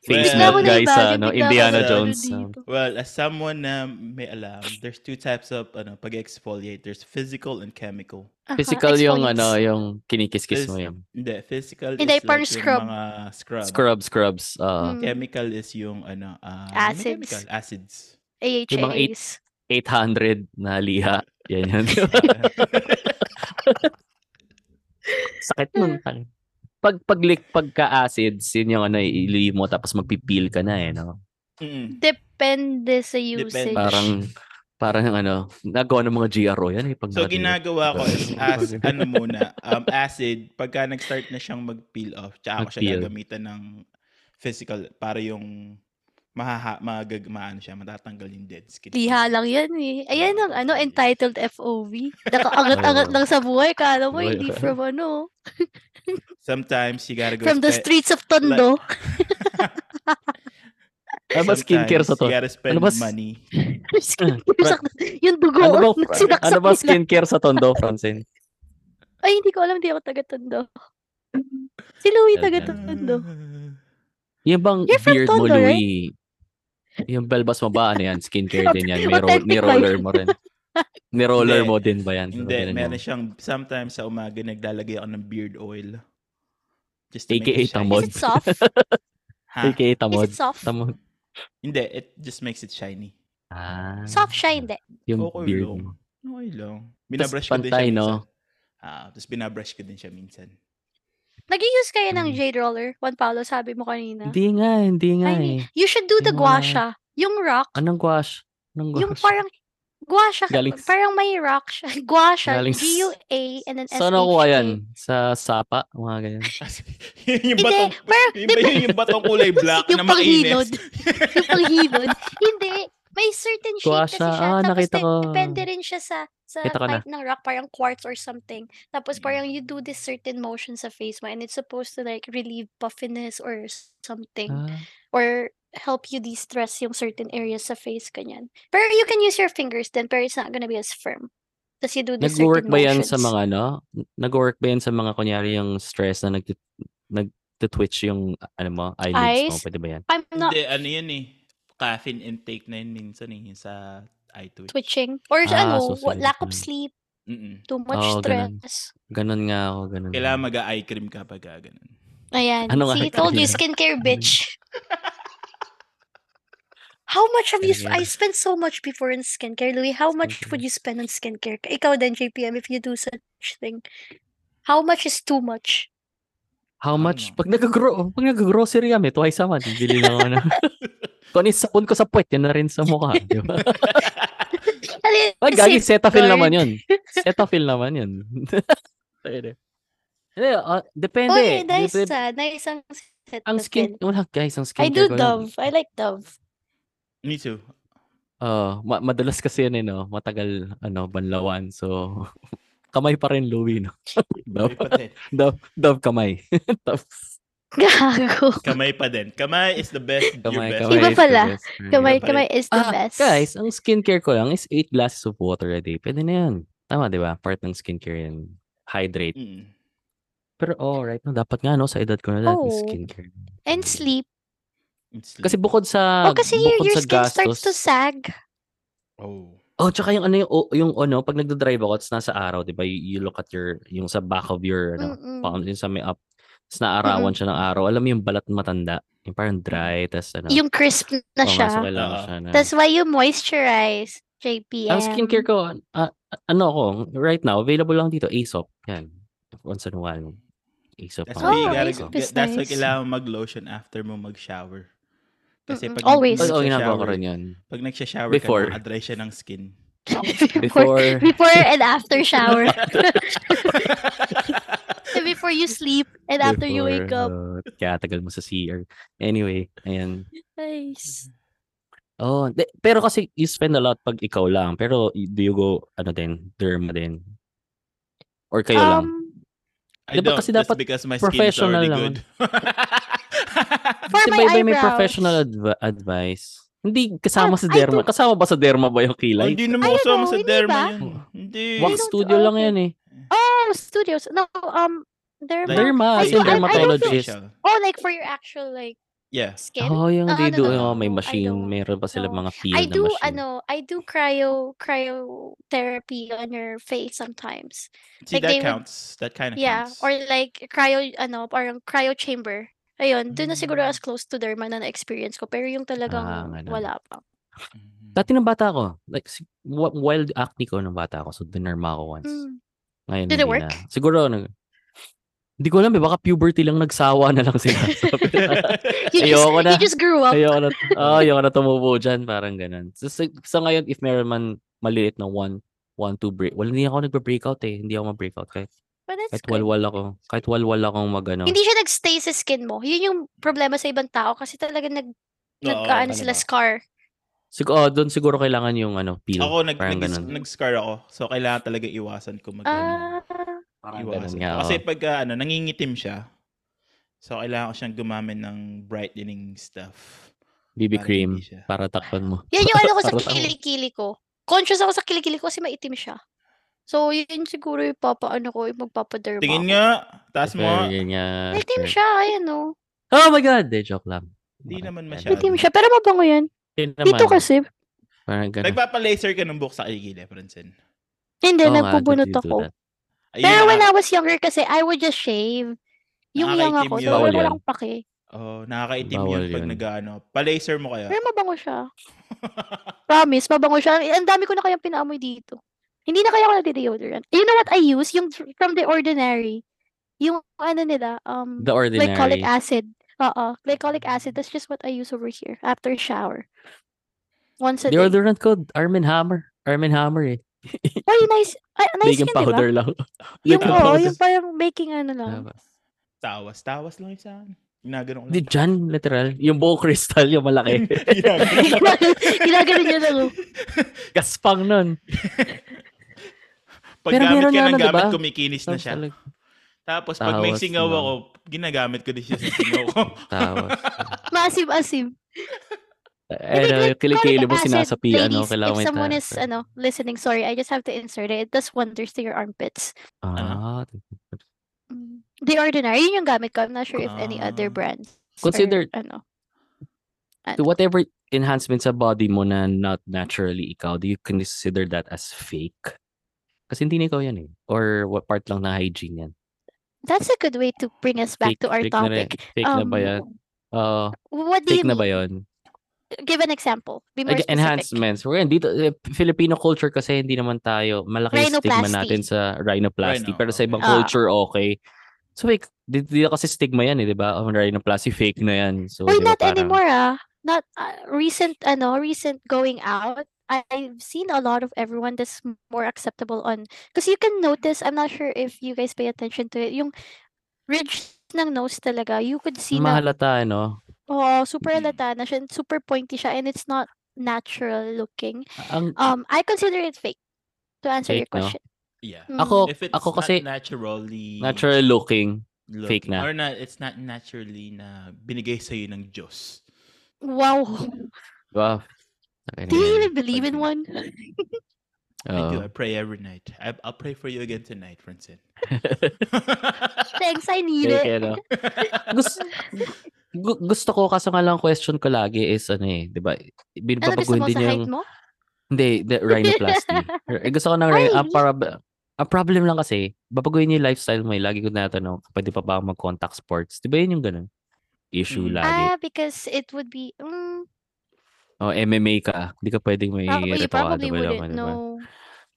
Face
Bigla ko
melt guys
naibalik,
sa ano,
bigla ko
Indiana
naibalik
Jones. ah.
dito.
Well, as someone na may alam, there's two types of ano, pag-exfoliate. There's physical and chemical.
Aha,
Physical yung
exfoliates.
ano, yung kinikis-kis mo
Phys-
yung
Hindi, physical
Hindi,
is
parang
like
scrub.
yung mga scrub.
scrub, scrubs. ah
Mm.
Chemical is yung ano, ah,
Acids.
may chemical, acids.
Yung mga eight-
AHAs.
800 na liha. Yan yan. Sakit nun. pare. Pag paglik pagka-acids, yun yung ano, ililihim mo tapos magpipil ka na eh, no?
Mm.
Depende sa usage.
Parang, parang yung ano, nagawa ng mga GRO yan eh. Pag
So
mga liha.
ginagawa ko is as ano muna, um, acid, pagka nag-start na siyang mag-peel off, tsaka ako siya
Mag-peel.
gagamitan ng physical para yung mahaha, magag, maano siya, matatanggal yung dead skin.
Liha lang yan eh. Ayan ang ano, entitled FOV. Nakaangat-angat
Oo.
lang sa buhay. Kala mo,
Buhay
hindi
ka.
from ano.
Sometimes you gotta go
From the
spe-
streets of Tondo.
Ano ba skincare
sometimes
sa to? Mm.
You gotta spend
Ano ba s-
money.
yung dugo.
Ano ba,
na sinaksak
ano ba
nila.
skincare sa Tondo, Francine?
Ay, hindi ko alam. Hindi ako taga-Tondo. Si
Yan,
Louie
yan.
taga-Tondo.
Yung bang
You're from
beard mo,
Tondo, right?
Louie? Yung balbas mo ba? Ano yan? Skincare din yan. May, ro-
Authentic
may
ba
roller mo rin. Ni roller
Hindi.
mo din Ano ba yan?
Hindi,
Roller mo.
meron siyang, sometimes sa umaga naglalagay ako ng beard oil. Just to
AKA
make it shiny.
tamod.
Is it soft?
Ha?
AKA
Is
tamod.
it soft?
Tamod.
Hindi, it just makes it shiny.
Ah,
Soft siya, hindi.
Yung
Okay
beard
lang.
mo.
Okay lang. Binabrush ko din
pantay,
siya
no?
minsan. Ah, tapos binabrush ko din siya minsan.
Nag-use kayo ng
Mm.
jade roller, Juan Paolo, sabi mo kanina.
Hindi nga, hindi nga
Ay,
eh.
You should do the
Yung mga-
gua sha. Yung rock,
Anong gouache? Anong gouache?
yung parang gua sha,
Galing s-
parang may rock siya. Gua sha,
Galing s-
G-U-A and then S-H-A.
Saan nakuha yan? Sa sapa? Mga ganyan.
yun yung
Hindi,
batong,
parang-
yun ba yun yung batong kulay black
Yung
na mainit?
panghinod. yung panghinod. Hindi. May certain shape
Gua
kasi
sha.
siya.
Ah,
Tapos
nakita
de-
ko.
depende rin siya sa sa
Kita ko na. Mm.
type ng rock, parang quartz or something. Tapos parang you do this certain motion sa face mo and it's supposed to like relieve puffiness or s- something.
Ah,
or help you de-stress yung certain areas sa face, ganyan. Pero you can use your fingers then, pero it's not gonna be as firm. Tapos you do the
Nag-work
Ano certain
ba yan sa
motions.
mga ano? Nag-work ba yan sa mga kunyari yung stress na nag nag-twitch yung ano mo, eyelids mo?
Eyes?
Pwede ba yan?
I'm not
Hindi, ano yun eh. Caffeine intake na yun minsan eh, yung sa eye twitch.
twitching. Or
Ah,
ano,
so
wa-
sorry,
lack of
ganun.
sleep,
Mm-mm.
too much
Oo, ganun.
stress.
Ganon nga ako, ganon.
Kailangan mag-eye cream ka pag ah, ganun.
Ayan.
Ano nga
See,
yung
told you,
kanina?
skincare
Ano
bitch. How much have you,
Ano
I
yun?
spent so much before in skincare, Louis. How much would you spend on skincare? Ikaw din, JPM, if you do such thing. How much is too much?
How
Ano
much?
nga?
Pag nag-grow, pag nag-grocery kami, twice a month, bili na ako na. Kung ano yung sabon ko sa puwet, yan na rin sa mukha, di ba?
Alin,
Ay, gagi, Cetaphil
guard.
naman yun. Cetaphil naman yun. Pwede. Hindi, ah, depende.
Uy, nice
Depende.
ah. Nice ang set
Ang
na
skin,
pin.
wala guys, ang skin
I do Dove. I like Dove.
Me too.
Oh, ma- madalas kasi yan eh, no? Matagal, ano, banlawan. So, kamay pa rin, Louie, no?
Kamay
Dove,
pa din.
dove, dove kamay. Tapos,
Gago.
Kamay pa din. Kamay is the best, your
kamay,
best.
kamay.
Iba
is the
pala.
best.
Kamay,
pa rin.
kamay is the
Ah,
best.
Guys, ang skincare ko lang is 8 glasses of water a day. Pwede na yan. Tama, di ba? Part ng skincare yan. Hydrate.
Mm.
Pero oh, right no, dapat nga no, sa edad ko na dapat may
Oo.
skincare.
And sleep.
It's
Kasi bukod sa
oh, kasi your,
Ah, bukod
your
sa
skin
gastos.
starts to sag.
oh.
Oh, tsaka yung ano yung, o- yung ano pag nagdo-drive ako, it's nasa araw, 'di ba? You, you look at your yung sa back of your ano,
Mm-mm.
palm, yung sa may up. Tapos naarawan siya ng araw. Alam mo yung balat matanda, yung parang dry, tas ano.
Yung crisp na
oo nga, so
siya.
kailangan
Oo.
siya na-
That's why you moisturize, JPM.
Ang skincare ko, ah, ah, ano ako, right now, available lang dito, Aesop. Yan. Once in a while. Aesop.
That's
ang
why you
Oh,
gotta,
Aesop
get-
is
that's why
nice.
kailangan mag-lotion after mo mag-shower. Kasi
Mm-mm,
pag
always.
Oo,
Aesop
oh, ginagawa ko
nagsha-shower-
rin yun.
Pag nagsha-shower
Before.
ka, nakadry siya ng skin.
before,
Before,
before and after shower. before you sleep and after you wake up.
before, uh, kaya tagal mo sa CR. Anyway, ayan.
Nice.
Oh, de- pero kasi you spend a lot pag ikaw lang. Pero y- do you go, ano din, derma din? Or kayo lang?
Um,
I
Diba
don't.
kasi
That's
dapat
because my skin is
professional
already
lang.
good.
for
Kasi
my
by- by may
eyebrows.
professional adv- advice. Hindi kasama
Ah,
sa
I
derma.
don't-
Kasama ba sa derma ba yung
Oh,
kilay?
Hindi naman
Ayun,
kasama
oh,
sa
hindi
derma
ba?
yun. Hindi.
Wax
don't-
studio
oh,
lang
okay.
yan eh.
Oh, studios. No, um, they're
Like,
Derma,
I
si
don't- I- I don't feel-
dermatologist.
oh, like for your actual like
Yeah.
skin.
oh, yung
Ah,
they
ano
do,
to?
oh, may
I
machine.
don't
Meron pa silang
know.
mga field
I
na
do
machine.
ano, I do cryo cryotherapy on your face sometimes.
See,
Like, they
that
would-
counts. That kind of
Yeah,
counts.
or like cryo ano, parang cryo chamber. Ayun, doon na siguro
Mm.
as close to derma na na-experience ko. Pero yung talagang
ganun.
wala pa.
Mhm.
Dati ng bata ko, like, si- wa- wild acne ko ng bata ko. So, dinerma ko once.
Mm.
Ngayon,
Did it
hindi
work?
Na. Siguro, nag... Hindi ko alam, eh, baka puberty lang nagsawa na lang sila. Sabi na,
You, just,
Ayoko na.
you just grew up.
ayoko na, oh, ayoko na tumubo dyan, parang ganun. So, sa, sa ngayon, if meron man maliit na one, one, two break, wala, hindi ako nagpa-breakout eh. Hindi ako ma-breakout. Kahit,
But that's
kahit
good.
walwal ako. Kahit walwal akong ano, magano.
Hindi siya nagstay sa skin mo. Yun yung problema sa ibang tao kasi talaga nag, nag
Oo, ano
ano
ba?
sila scar.
Siguro, oh, doon siguro kailangan yung ano, peel.
Ako, nag,
parang
nag,
ganun.
nag-scar ako. So, kailangan talaga iwasan ko mag
Ah,
Parang ganun
iwasan.
nga, oh.
Kasi
oo.
pag ah, ano, nangingitim siya, so kailangan ko siyang gumamit ng brightening stuff.
BB
para
cream
hindi siya-
para takpan mo.
yan yung ano ko sa
Parang ako.
kilikili ko. Conscious ako sa kilikili ko kasi maitim siya. So, yun siguro yung papa, ano ko, yung magpapaderma.
Tingin
ako.
nga, taas mo. ah.
Fair, ganyan.
Maitim
Fair.
siya, ayan o.
Oh my God! De, joke lang.
Hindi
Parang
naman
ganun.
masyado.
Maitim siya, pero mabango yan.
Hindi
Dito
naman.
kasi,
Parang ganun.
Nagpapalaser ka ng buhok sa kilikili, Francine.
hindi,
Oo nga,
nagpubunot
did you do
ako.
that?
Ayun
Pero
na-
when I was younger kasi, I would just shave. Yung young
Nakakaitim yun.
ako, so wala
Bawal yun.
akong pake.
Oh, nakakaitim
Bawal
yun pag
yun.
nag-ano. Palaser mo kaya.
Pero mabango siya. Promise, mabango siya. Ang dami ko na kayang pinaamoy dito. Hindi na kaya Eh, ako nade-deodorant. You know what I use? Yung fr- from The Ordinary. Yung ano nila, um,
The ordinary.
glycolic acid. Oo, glycolic acid. That's just what I use over here after shower. Once a day.
Deodorant ko, Arm and Hammer. Arm and Hammer eh.
Why nice? Ay, nice
Baking
yun, di ba?
powder lang.
Yung,
Baking
oo,
powder.
yung parang making ano lang.
Tama.
tawas, tawas lang yun sa akin. Ginagano ko
Diba? Hindi,
lang.
dyan, literal. Yung buong crystal, yung malaki.
Ginagano.
Ginaganon yun ako.
oh. Gaspang nun.
Pag
Pero
gamit
meron
ka
nga,
ng
ano,
gamit,
diba?
kumikinis na
Tapos
siya.
talag-
Tapos pag may
Tawas
singaw
na.
ako, ginagamit ko din siya sa singaw ko.
Tawas.
Massive asim.
Eh, ano, yung kilikili mo sinasapi, ano, kailangan
If
may
someone
taas.
is ano, listening, sorry, I just have to insert it. It does wonders to your armpits.
Ah,
Mm. The Ordinary, yun yung gamit ko. I'm not sure if any other
Ah.
brands. or
Consider-
ano.
to whatever enhancement sa body mo na not naturally ikaw, do you consider that as fake? Kasi hindi na ikaw yan eh. Or what part lang na hygiene yan?
That's a good way to bring us back
Fake,
to our
fake na rin.
topic.
Fake na ba
Um,
yan? Oo.
What do
Uh, fake
you
na
mean?
ba yun?
Give an example. Be more
Like,
specific.
enhancements. We're dito, eh, Filipino culture kasi hindi naman tayo, malaki yung stigma
Rhinoplasty.
natin sa rhinoplasty.
Rhino,
pero sa ibang
okay.
Ah.
culture, okay. So, like, dito, dito kasi stigma yan eh, di ba? Ang rhinoplasty, fake na yan. So,
Wait,
di ba,
not
parang-
anymore ah. Not uh, recent ano, recent going out. I, I've seen a lot of everyone that's m- more acceptable on because you can notice, I'm not sure if you guys pay attention to it, yung ridge ng nose talaga, you could see na
Mahalata, ano?
oh, super
Mm.
alata na siya, and super pointy siya and it's not natural looking.
Ang,
Um I consider it fake to answer your
Fake, no?
question. Mm.
Yeah.
ako,
If it's
ako
not
kasi
naturally
natural looking.
looking,
fake na.
Or na, it's not naturally na binigay sa'yo ng Diyos.
Wow.
Wow. Okay, Oh.
Do you
ganyan.
even believe
Mm.
in one?
I do.
Oo.
I pray every night. I, I'll pray for you again tonight, Francine.
Thanks, I need
Kaya-
it.
kaya, no? Gusto, gu- gusto ko, kaso nga lang question ko lagi is ano eh, di ba?
Ano gusto
Binabaguhin
mo
din
sa
yung...
height mo?
Hindi, the rhinoplasty. R- eh, Gusto ko ng
Ay!
rhin- ang, para, ang problem lang kasi, babaguhin yung lifestyle mo eh. Lagi ko natanong, pwede pa ba ako mag-contact sports? Di ba yun yung ganun? Issue
Mm.
lagi. Oh,
Ah, because it would be mm,
o MMA ka, hindi ka pwedeng may
Prob- you
retuwa.
probably wouldn't know.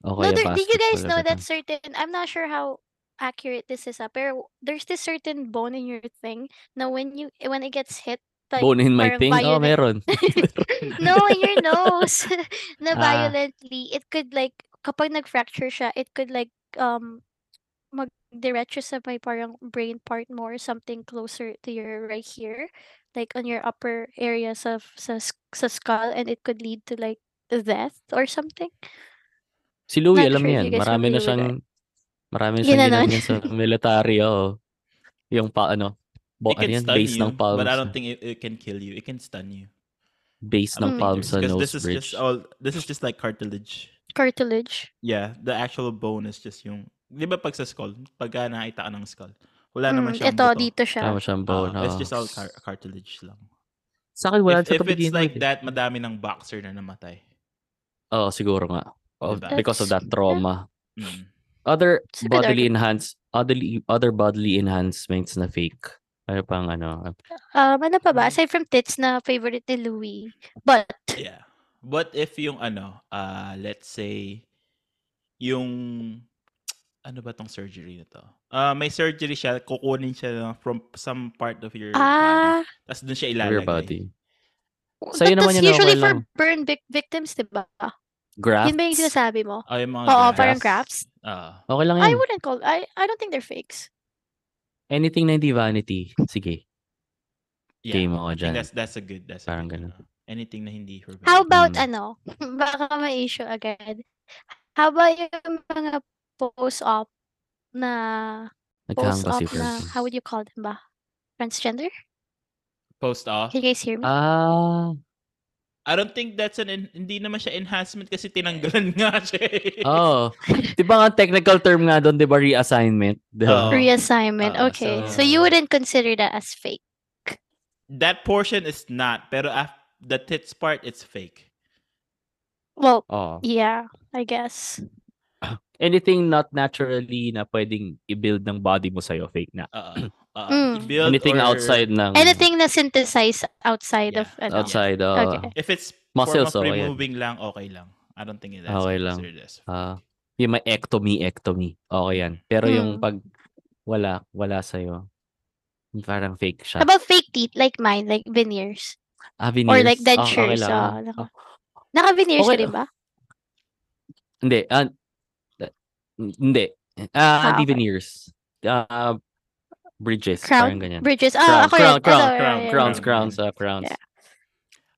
O
No,
kaya
there, did you guys
basketball,
know
ano ba?
that certain? I'm not sure how accurate this is, ah, pero there's this certain bone in your thing. Now, when you when it gets hit, like,
Bone in my
parang
thing? Oh,
violent-
meron.
no, in your nose, na
Ah.
violently, it could like kapag nag-fracture siya, it could like um magdiretso sa may parang brain part mo or something closer to your right here, like on your upper areas of sa, s- sa skull, and it could lead to like death or something.
Si Louie, alam
Not sure if
niya yan.
you guys
Marami na
familiar with
siyang, marami na siyang
Ginanon.
ginanyan sa military. Oh. Yung pa, ano,
It
bo, ano
can
yan?
stun
Base
you,
ng palms.
but I don't think it, it can kill you. It can stun you.
base ng
Mm.
palms sa
Because
nose
this is
bridge.
just all. This is just like cartilage.
Cartilage.
Yeah, the actual bone is just yung di ba pag sa skull, pag uh, nakita ka ng skull, wala naman
Mm,
siyang
ito,
buto.
dito siya.
Tama siyang
Ah,
bone.
it's
oo.
just all car- cartilage lang.
Sa eh. akin, wala
if,
siya
if
to begin
it's like
with.
that, madami ng boxer na namatay.
Oo, siguro nga. Oh,
Diba?
Because of that
That's-
trauma.
Mm.
Other
It's a good
bodily enhance other other bodily enhancements na fake. Ano pang ano?
Um, ano pa ba? Aside from tits na favorite ni Louie. But,
Yeah. What if yung ano, uh, let's say, yung, ano ba tong surgery na to? Uh, may surgery siya, kukunin siya na from some part of your body.
ah,
Tapos doon siya
Your
ilalagay.
body.
but
Sa'yo naman
that's
yun, okay
usually for
lang.
burn vic- victims, di ba?
Grafts.
Yun ba yung sinasabi mo?
Oh, yung mga
Oo, parang
grafts.
crafts.
Ah.
Okay lang
I
yan.
wouldn't call, I, I don't think they're fakes.
Anything na hindi vanity. Sige,
yeah.
game ako
I think
dyan.
that's, that's a good, that's a
Parang
good,
ganun.
ano, Anything na hindi for
How
vanity.
about
Mm.
ano? Baka may issue agad. How about yung mga post-op na
Nagkahang kasi
post-op na
person.
how would you call them ba? Transgender?
Post off.
Can you guys hear me?
Ah,
I don't think that's an, en- hindi naman siya enhancement kasi tinanggalan nga siya. eh.
oh. Di ba nga technical term nga doon, di ba reassignment? Di
Oo.
ba?
Reassignment.
Ah,
okay. So,
so-
you wouldn't consider that as fake.
That portion is not, pero af- the tits part, it's fake.
Well,
Oh.
yeah, I guess.
Anything not naturally na pwedeng i-build ng body mo sa'yo, fake na.
Uh, uh,
Mm.
build
Anything
or-
outside ng...
Anything na synthesized outside
Yeah,
of ano.
Mm. Outside, oo.
Okay.
If it's
Muscles,
form of
okay yan.
removing lang, okay lang. I don't think that's
Okay lang.
considered as
Ah, yung may ectomy, ectomy. Okay yan. Pero yung
Mm.
pag wala, wala sa'yo, parang fake siya.
How about fake teeth like mine, like veneers?
Ah,
Or
veneers. Ah, okay
like dentures,
lang.
ah,
Ah,
naka- Naka-veneers
Okay,
ka rin ba?
Hindi. ah, da- hindi. Ah,
Ah,
di
okay.
veneers. Ah, bridges.
Crown?
Parang ganyan.
Bridges?
Crown,
Ah, ako
crown, crown,
yun. Ah,
crown,
yeah, yeah,
Crowns,
yeah.
crowns, ah, crowns.
Yeah.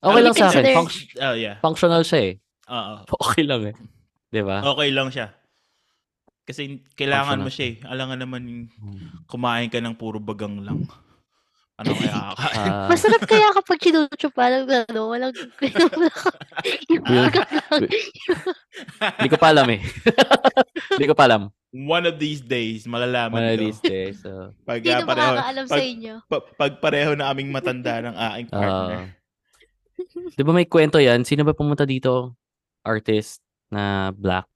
Okay
Ano
lang sa akin.
consider-
Funct-
Oh, yeah.
functional siya eh.
Oo.
Okay lang eh. Di ba?
Okay lang siya. Kasi kailangan
Functional
mo siya eh. Alam nga naman, kumain ka ng puro bagang lang. Ano kaya ka?
Ah,
Masarap kaya kapag chinuchupa lang na, no? Walang, yung
Will-
baga lang.
Hindi ko pa alam eh. Hindi ko pa alam.
One of these days, malalaman
One of
ko.
these days. So,
Pag,
Hindi
ah,
na
pareho,
makakaalam sa
pag,
inyo.
pa- pag pareho na aming matanda ng aking partner.
ah. di ba may kwento yan? Sino ba pumunta dito? Artist na black.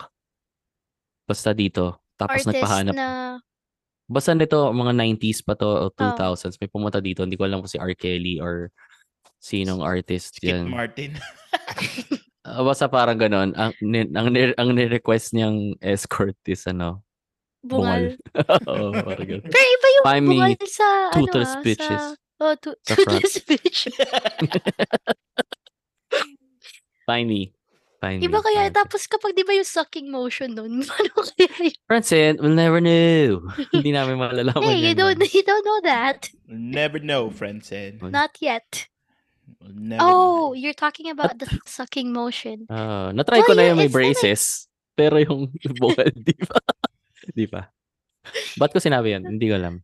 Basta dito. Tapos
Artist
nagpahanap.
na, Oh.
Basta nito, mga 90s pa to o 2000s. May pumunta dito. Hindi ko alam kung si R. Kelly or sinong artist
Skip
yan.
Martin.
Ah, basta parang ganon. Ang, ni- ang, ni- ang ni-request niyang escort is ano.
bungal.
Oo, parang ganun.
Pero iba yung
Find me
bungal sa, ano
toothless
ah,
bitches.
sa... Oh, to,
Sa front. Hmm,
toothless bitches.
Find me. Find
Iba
me.
kaya,
Find me.
tapos kapag di ba yung sucking motion nun, ano kaya yun?
Francine, we'll never know. Hindi namin malalaman
hey, you
yan.
don't, you don't know that.
Never know, friends. And
Well,
Not yet.
never
Oh,
know.
you're talking about the sucking motion.
Ah, natry ko
Well,
na
yeah,
yung may
it's not like-
braces. Pero yung vocal, di ba? di ba? Ba't ko sinabi yan? Hindi ko alam.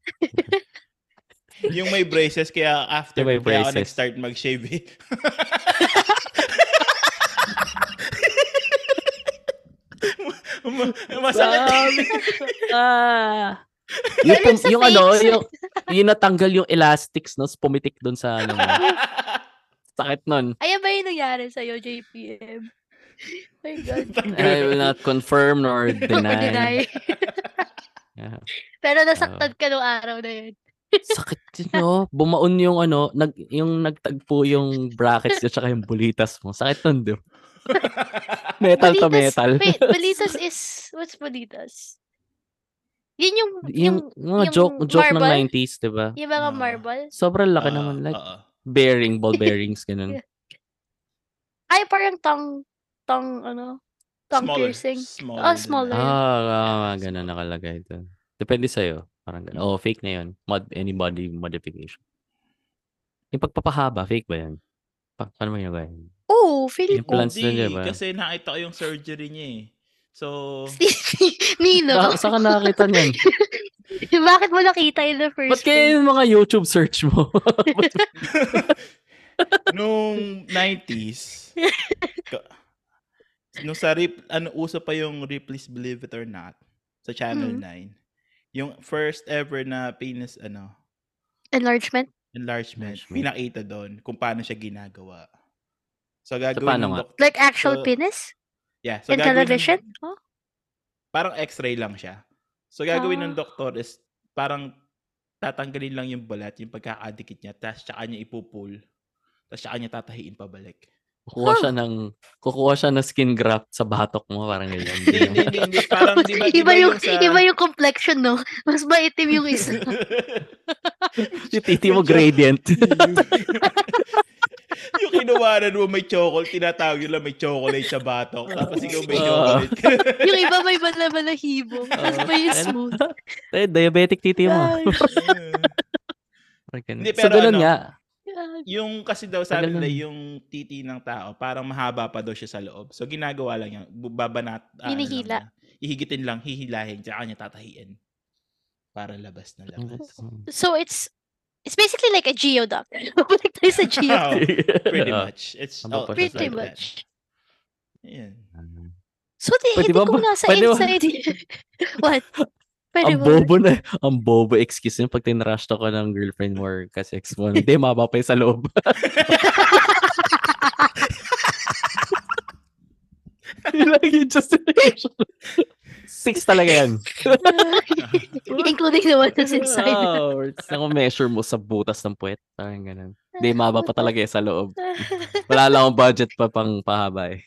Yung may braces, kaya after,
Yung may
kaya ako
braces.
nag-start mag-shave. eh. Ma- Masakit.
ah. Yung,
Alam
pum-
sa
yung ano,
face.
yung, yung natanggal yung elastics, no? Pumitik dun sa, ano, mo. sakit nun.
Ayan ba yung nangyari sa'yo, JPM? My God.
I will not confirm nor deny.
Deny.
Yeah.
Pero nasaktan ka nung araw na yun.
Sakit yun, no? Bumaon yung ano, nag, yung nagtagpo yung brackets niya tsaka yung bulitas mo. Sakit nun, di ba? Metal to
Bolitas-
metal.
Wait, Bolitas is, what's Bolitas? Yun yung, yung,
yung, mga
yung
joke, joke
marble?
ng 90s, di ba?
yung mga
Ah.
marble.
Sobrang laki
Ah,
naman. Like,
ah, ah.
bearing, ball bearings, ganun.
Ay, parang tongue, tongue, ano, tongue
Smaller,
piercing.
smaller
Oh,
than that.
smaller.
Ah, ah, ganun nakalagay doon. Depende sa'yo. Parang ganun. Oh, fake na yun. Mod, any body modification. Yung pagpapahaba, fake ba yun? Pa paano mo ginagawa yun?
Oh, feeling ko.
Implants na
Hindi,
niya ba?
Kasi nakita ko yung surgery niya eh. So,
Nino,
Sa, saan ka nakakita niyan?
bakit mo nakita in the
Ba't
first
kaya
place?
yung mga YouTube search mo?
nung 90s, ka- nung sa Rip, ano, uso pa yung Ripley's Believe It or Not. sa Channel
Mhm.
9. Yung first ever na penis ano,
Enlargement.
enlargement,
Enlargement.
pinakita doon kung paano siya ginagawa. So gagawin
paano
ng
nga?
doc-
Like
So,
actual penis?
yeah, so
In
gagawin ng-
television? Oh,
parang x-ray lang siya. So gagawin ng
Ah.
doktor is parang tatanggalin lang yung balat, yung pagkakadikit niya, tapos tsaka niya ipupul, tapos tsaka niya tatahiin pabalik.
Kukuha siya ng kukuha siya ng skin graft sa batok mo parang ganyan.
Hindi, hindi, hindi, hindi. Parang di ba, di
iba,
ba yung
yung,
sa...
iba yung complexion, no? Mas maitim yung isa.
Yung titi mo gradient.
yung kinuwanan mo may chocolate, tinatawag yun lang may chocolate sa batok. Tapos ikaw may
Ah.
chocolate.
yung iba may balabalahibo. Mas
Oo.
may
Ano?
smooth.
Eh, diabetic titi mo.
Gosh.
Parang ganun.
Hindi,
so,
pero
ganun
ano,
nga.
God.
yung kasi daw sabi
Tagal
nila
nun.
yung titi ng tao, parang mahaba pa daw siya sa loob. So ginagawa lang yan. Bu- Babanat. ah, ano lang
Hinihila.
niya. Ihigitin lang, hihilahin, tsaka niya tatahiin. Para labas na labas.
So it's it's basically like a geoduck. Balik tayo sa geoduck.
Oh, pretty much. It's
Haba
oh,
pa siya
it's like
sa
Pretty
loob.
that.
much.
Ayan.
So di,
Pwede
hindi
ba
ko
ba-
nasa
pwede ba-
inside. What? Pwede
Ang
ba?
bobo na, ang bobo excuse niya pag tinrush ko ng girlfriend mo or ka-sex mo. Hindi, maba pa yung sa loob. Yun lang yung justification. Six talaga yan.
Including the one that's inside.
Oh, or it's ako measure mo sa butas ng puwet. Parang ganun. Hindi, maba pa talaga yung sa loob. Wala lang akong budget pa pang pahaba eh.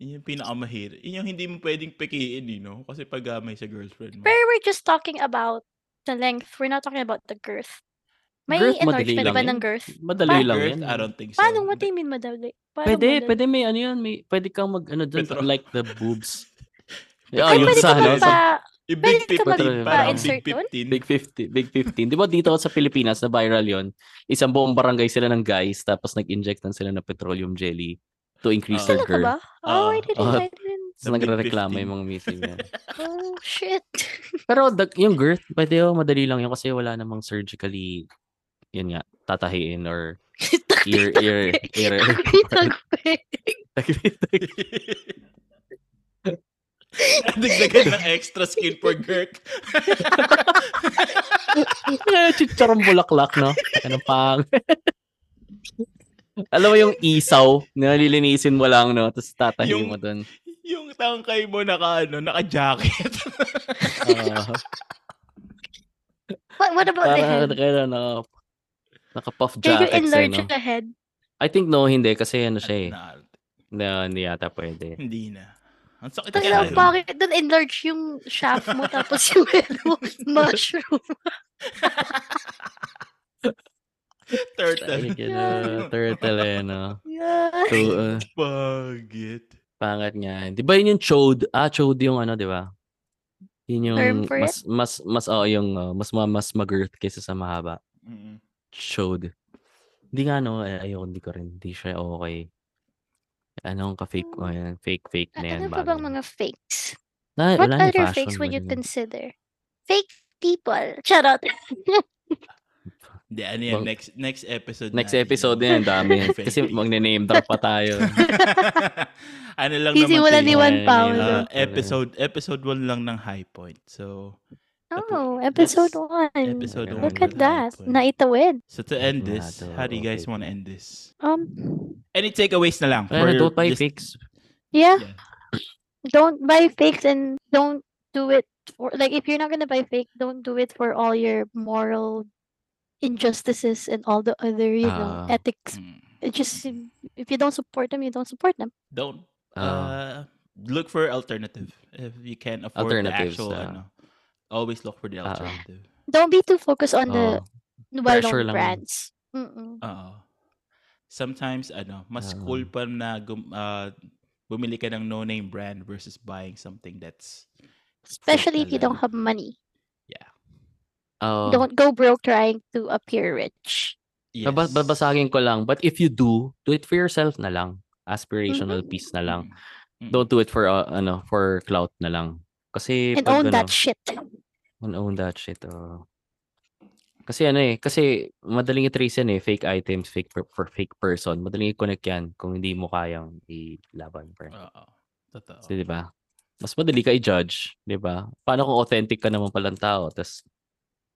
Yun yung pinakamahir. Yun yung hindi mo pwedeng pikiin, you know? Kasi pag ah, may sa girlfriend mo.
Pero we're just talking about the length. We're not talking about the girth. May
Girth, madali
enlargement ba
lang yun.
ng girth?
Madali
Girth,
lang yan. eh.
I don't think so.
Paano? What do you mean madali? Paano
Pwede,
madali?
pwede may ano yun. May, pwede kang mag ano dun,
Petro.
like the boobs.
Ah,
Ay,
yun
pwede
sa
ka
ano,
ba
sa-
pa...
Yung
Pwede
Big
ka
ba
15. Parang Big
pa-insert doon?
15.
Big 50, Big 15. Di ba dito sa Pilipinas na viral yon Isang buong barangay sila ng guys tapos nag-inject na sila ng petroleum jelly to increase
Ah.
their
Talaga ba?
girth.
Oh,
Ah,
I didn't,
ah.
I didn't.
So
The Big
nagre-reklamo
15.
yung mga meeting niya.
Oh, shit.
Pero the, yung girth, pwede oh, madali lang yun kasi wala namang surgically, yun nga, tatahiin or ear, ear, ear.
Tagpi-tagpi.
Dagdagan ng extra skin for Girk.
Chicharong bulaklak, no? Ano pang... Alam mo yung isaw, nalilinisin mo lang, no? Tapos tatahiin
Yung-
mo dun.
yung tangkay mo naka, ano, naka-jacket.
Ah.
What, what about the
Parang
head?
ano kaya na naka-puff
Can you
jacket eh,
enlarge
no?
the head?
I think no, hindi. Kasi ano siya eh.
Na,
Na, hindi yata pwede.
hindi na. Ang sakit
Tapos
kaya
lang,
Ayun.
nun.
bakit doon enlarge yung shaft mo tapos yung head mo, mushroom.
Turtle.
Ay, gano, turtle eh, no?
Yeah.
So, uh,
Pagit.
pangat nga. Di ba yun yung chode? Ah, chode yung ano, di ba? Yun yung
Term for it?
mas, mas, mas, oh, yung uh, mas, ma- mas mag-girth kaysa sa mahaba.
Mm-mm.
Chode. Hindi nga, no? Ay, ayoko, hindi ko rin. Hindi siya okay. Anong ka-fake? Oh, yan. Fake, fake na yan.
Hmm. Ano pa
bago
bang
na.
mga fakes?
Na,
What
wala na
other
fashion,
fakes would you
ganyan.
consider? Fake people. Charot.
Hindi, ano yan?
Bang-
Next, next episode
Next
natin
episode
yun.
din, ang dami.
Yung fake
Kasi
people.
magne-name drop pa tayo.
ano lang
Sisimulan
naman
ni
tayo.
Juan
Ay,
Paolo.
Ah,
Paolo.
episode episode 1 lang ng high point. So,
Oh, episode
Yes.
one.
episode 1.
Look
Look
one
at
with
that.
Night.
Naitawid.
So to end
Ano na
this,
to?
how do you guys
Okay.
want to end this?
Um,
Any takeaways na lang?
Pero
for
don't buy
this-
fakes.
yeah,
Yeah.
don't buy fakes and don't do it for like if you're not gonna buy fake, don't do it for all your moral injustices and all the other you know
Ah.
ethics.
Mm.
It just if if you don't support them, you don't support them.
Don't
Ah.
uh, look for alternative if you can't afford the
Alternatives,
actual.
ah.
ano, always look for the
Ah, ah.
alternative.
Don't be too focused on
Oo.
the
Oh, pressure
well-known
lang.
brands. Mm-mm.
Oo. Sometimes ano, mas
Ah.
cool pa na gum, ah, bumili ka ng no-name brand versus buying something that's
Especially if you don't
talaga.
have money.
Oo.
Don't go broke trying to appear rich.
yes.
Baba- babasagin ko lang. But if you do, do it for yourself na lang. Aspirational
Mhm.
piece na lang.
Mm, mm.
Don't do it for uh, ano for clout na lang. Kasi
And
pag
own
ano,
that shit.
and own that shit. oo. Kasi ano eh, kasi madaling i-trace yan eh, fake items, fake per- for fake person. Madaling i-connect yan kung hindi mo kayang ilaban. pre.
Oo. Totoo.
So, di ba? mas madali ka i-judge, di ba? Paano kung authentic ka naman palang tao, tapos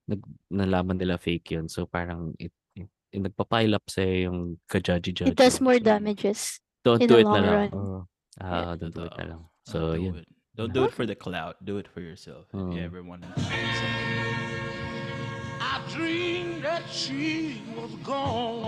nag, nalaman nila fake yun. So parang it, it, it nagpa-pile up sa'yo yung ka-judgy-judgy.
It does more
So,
damages.
Don't
in
do
the
it na
long
lang.
run.
Oo. Ah, don't do it na lang.
Uh,
So,
do
yun.
It. Don't do it for the clout. Do it for yourself. If you
Mm.
ever want to do something.
I dreamed that she was gone.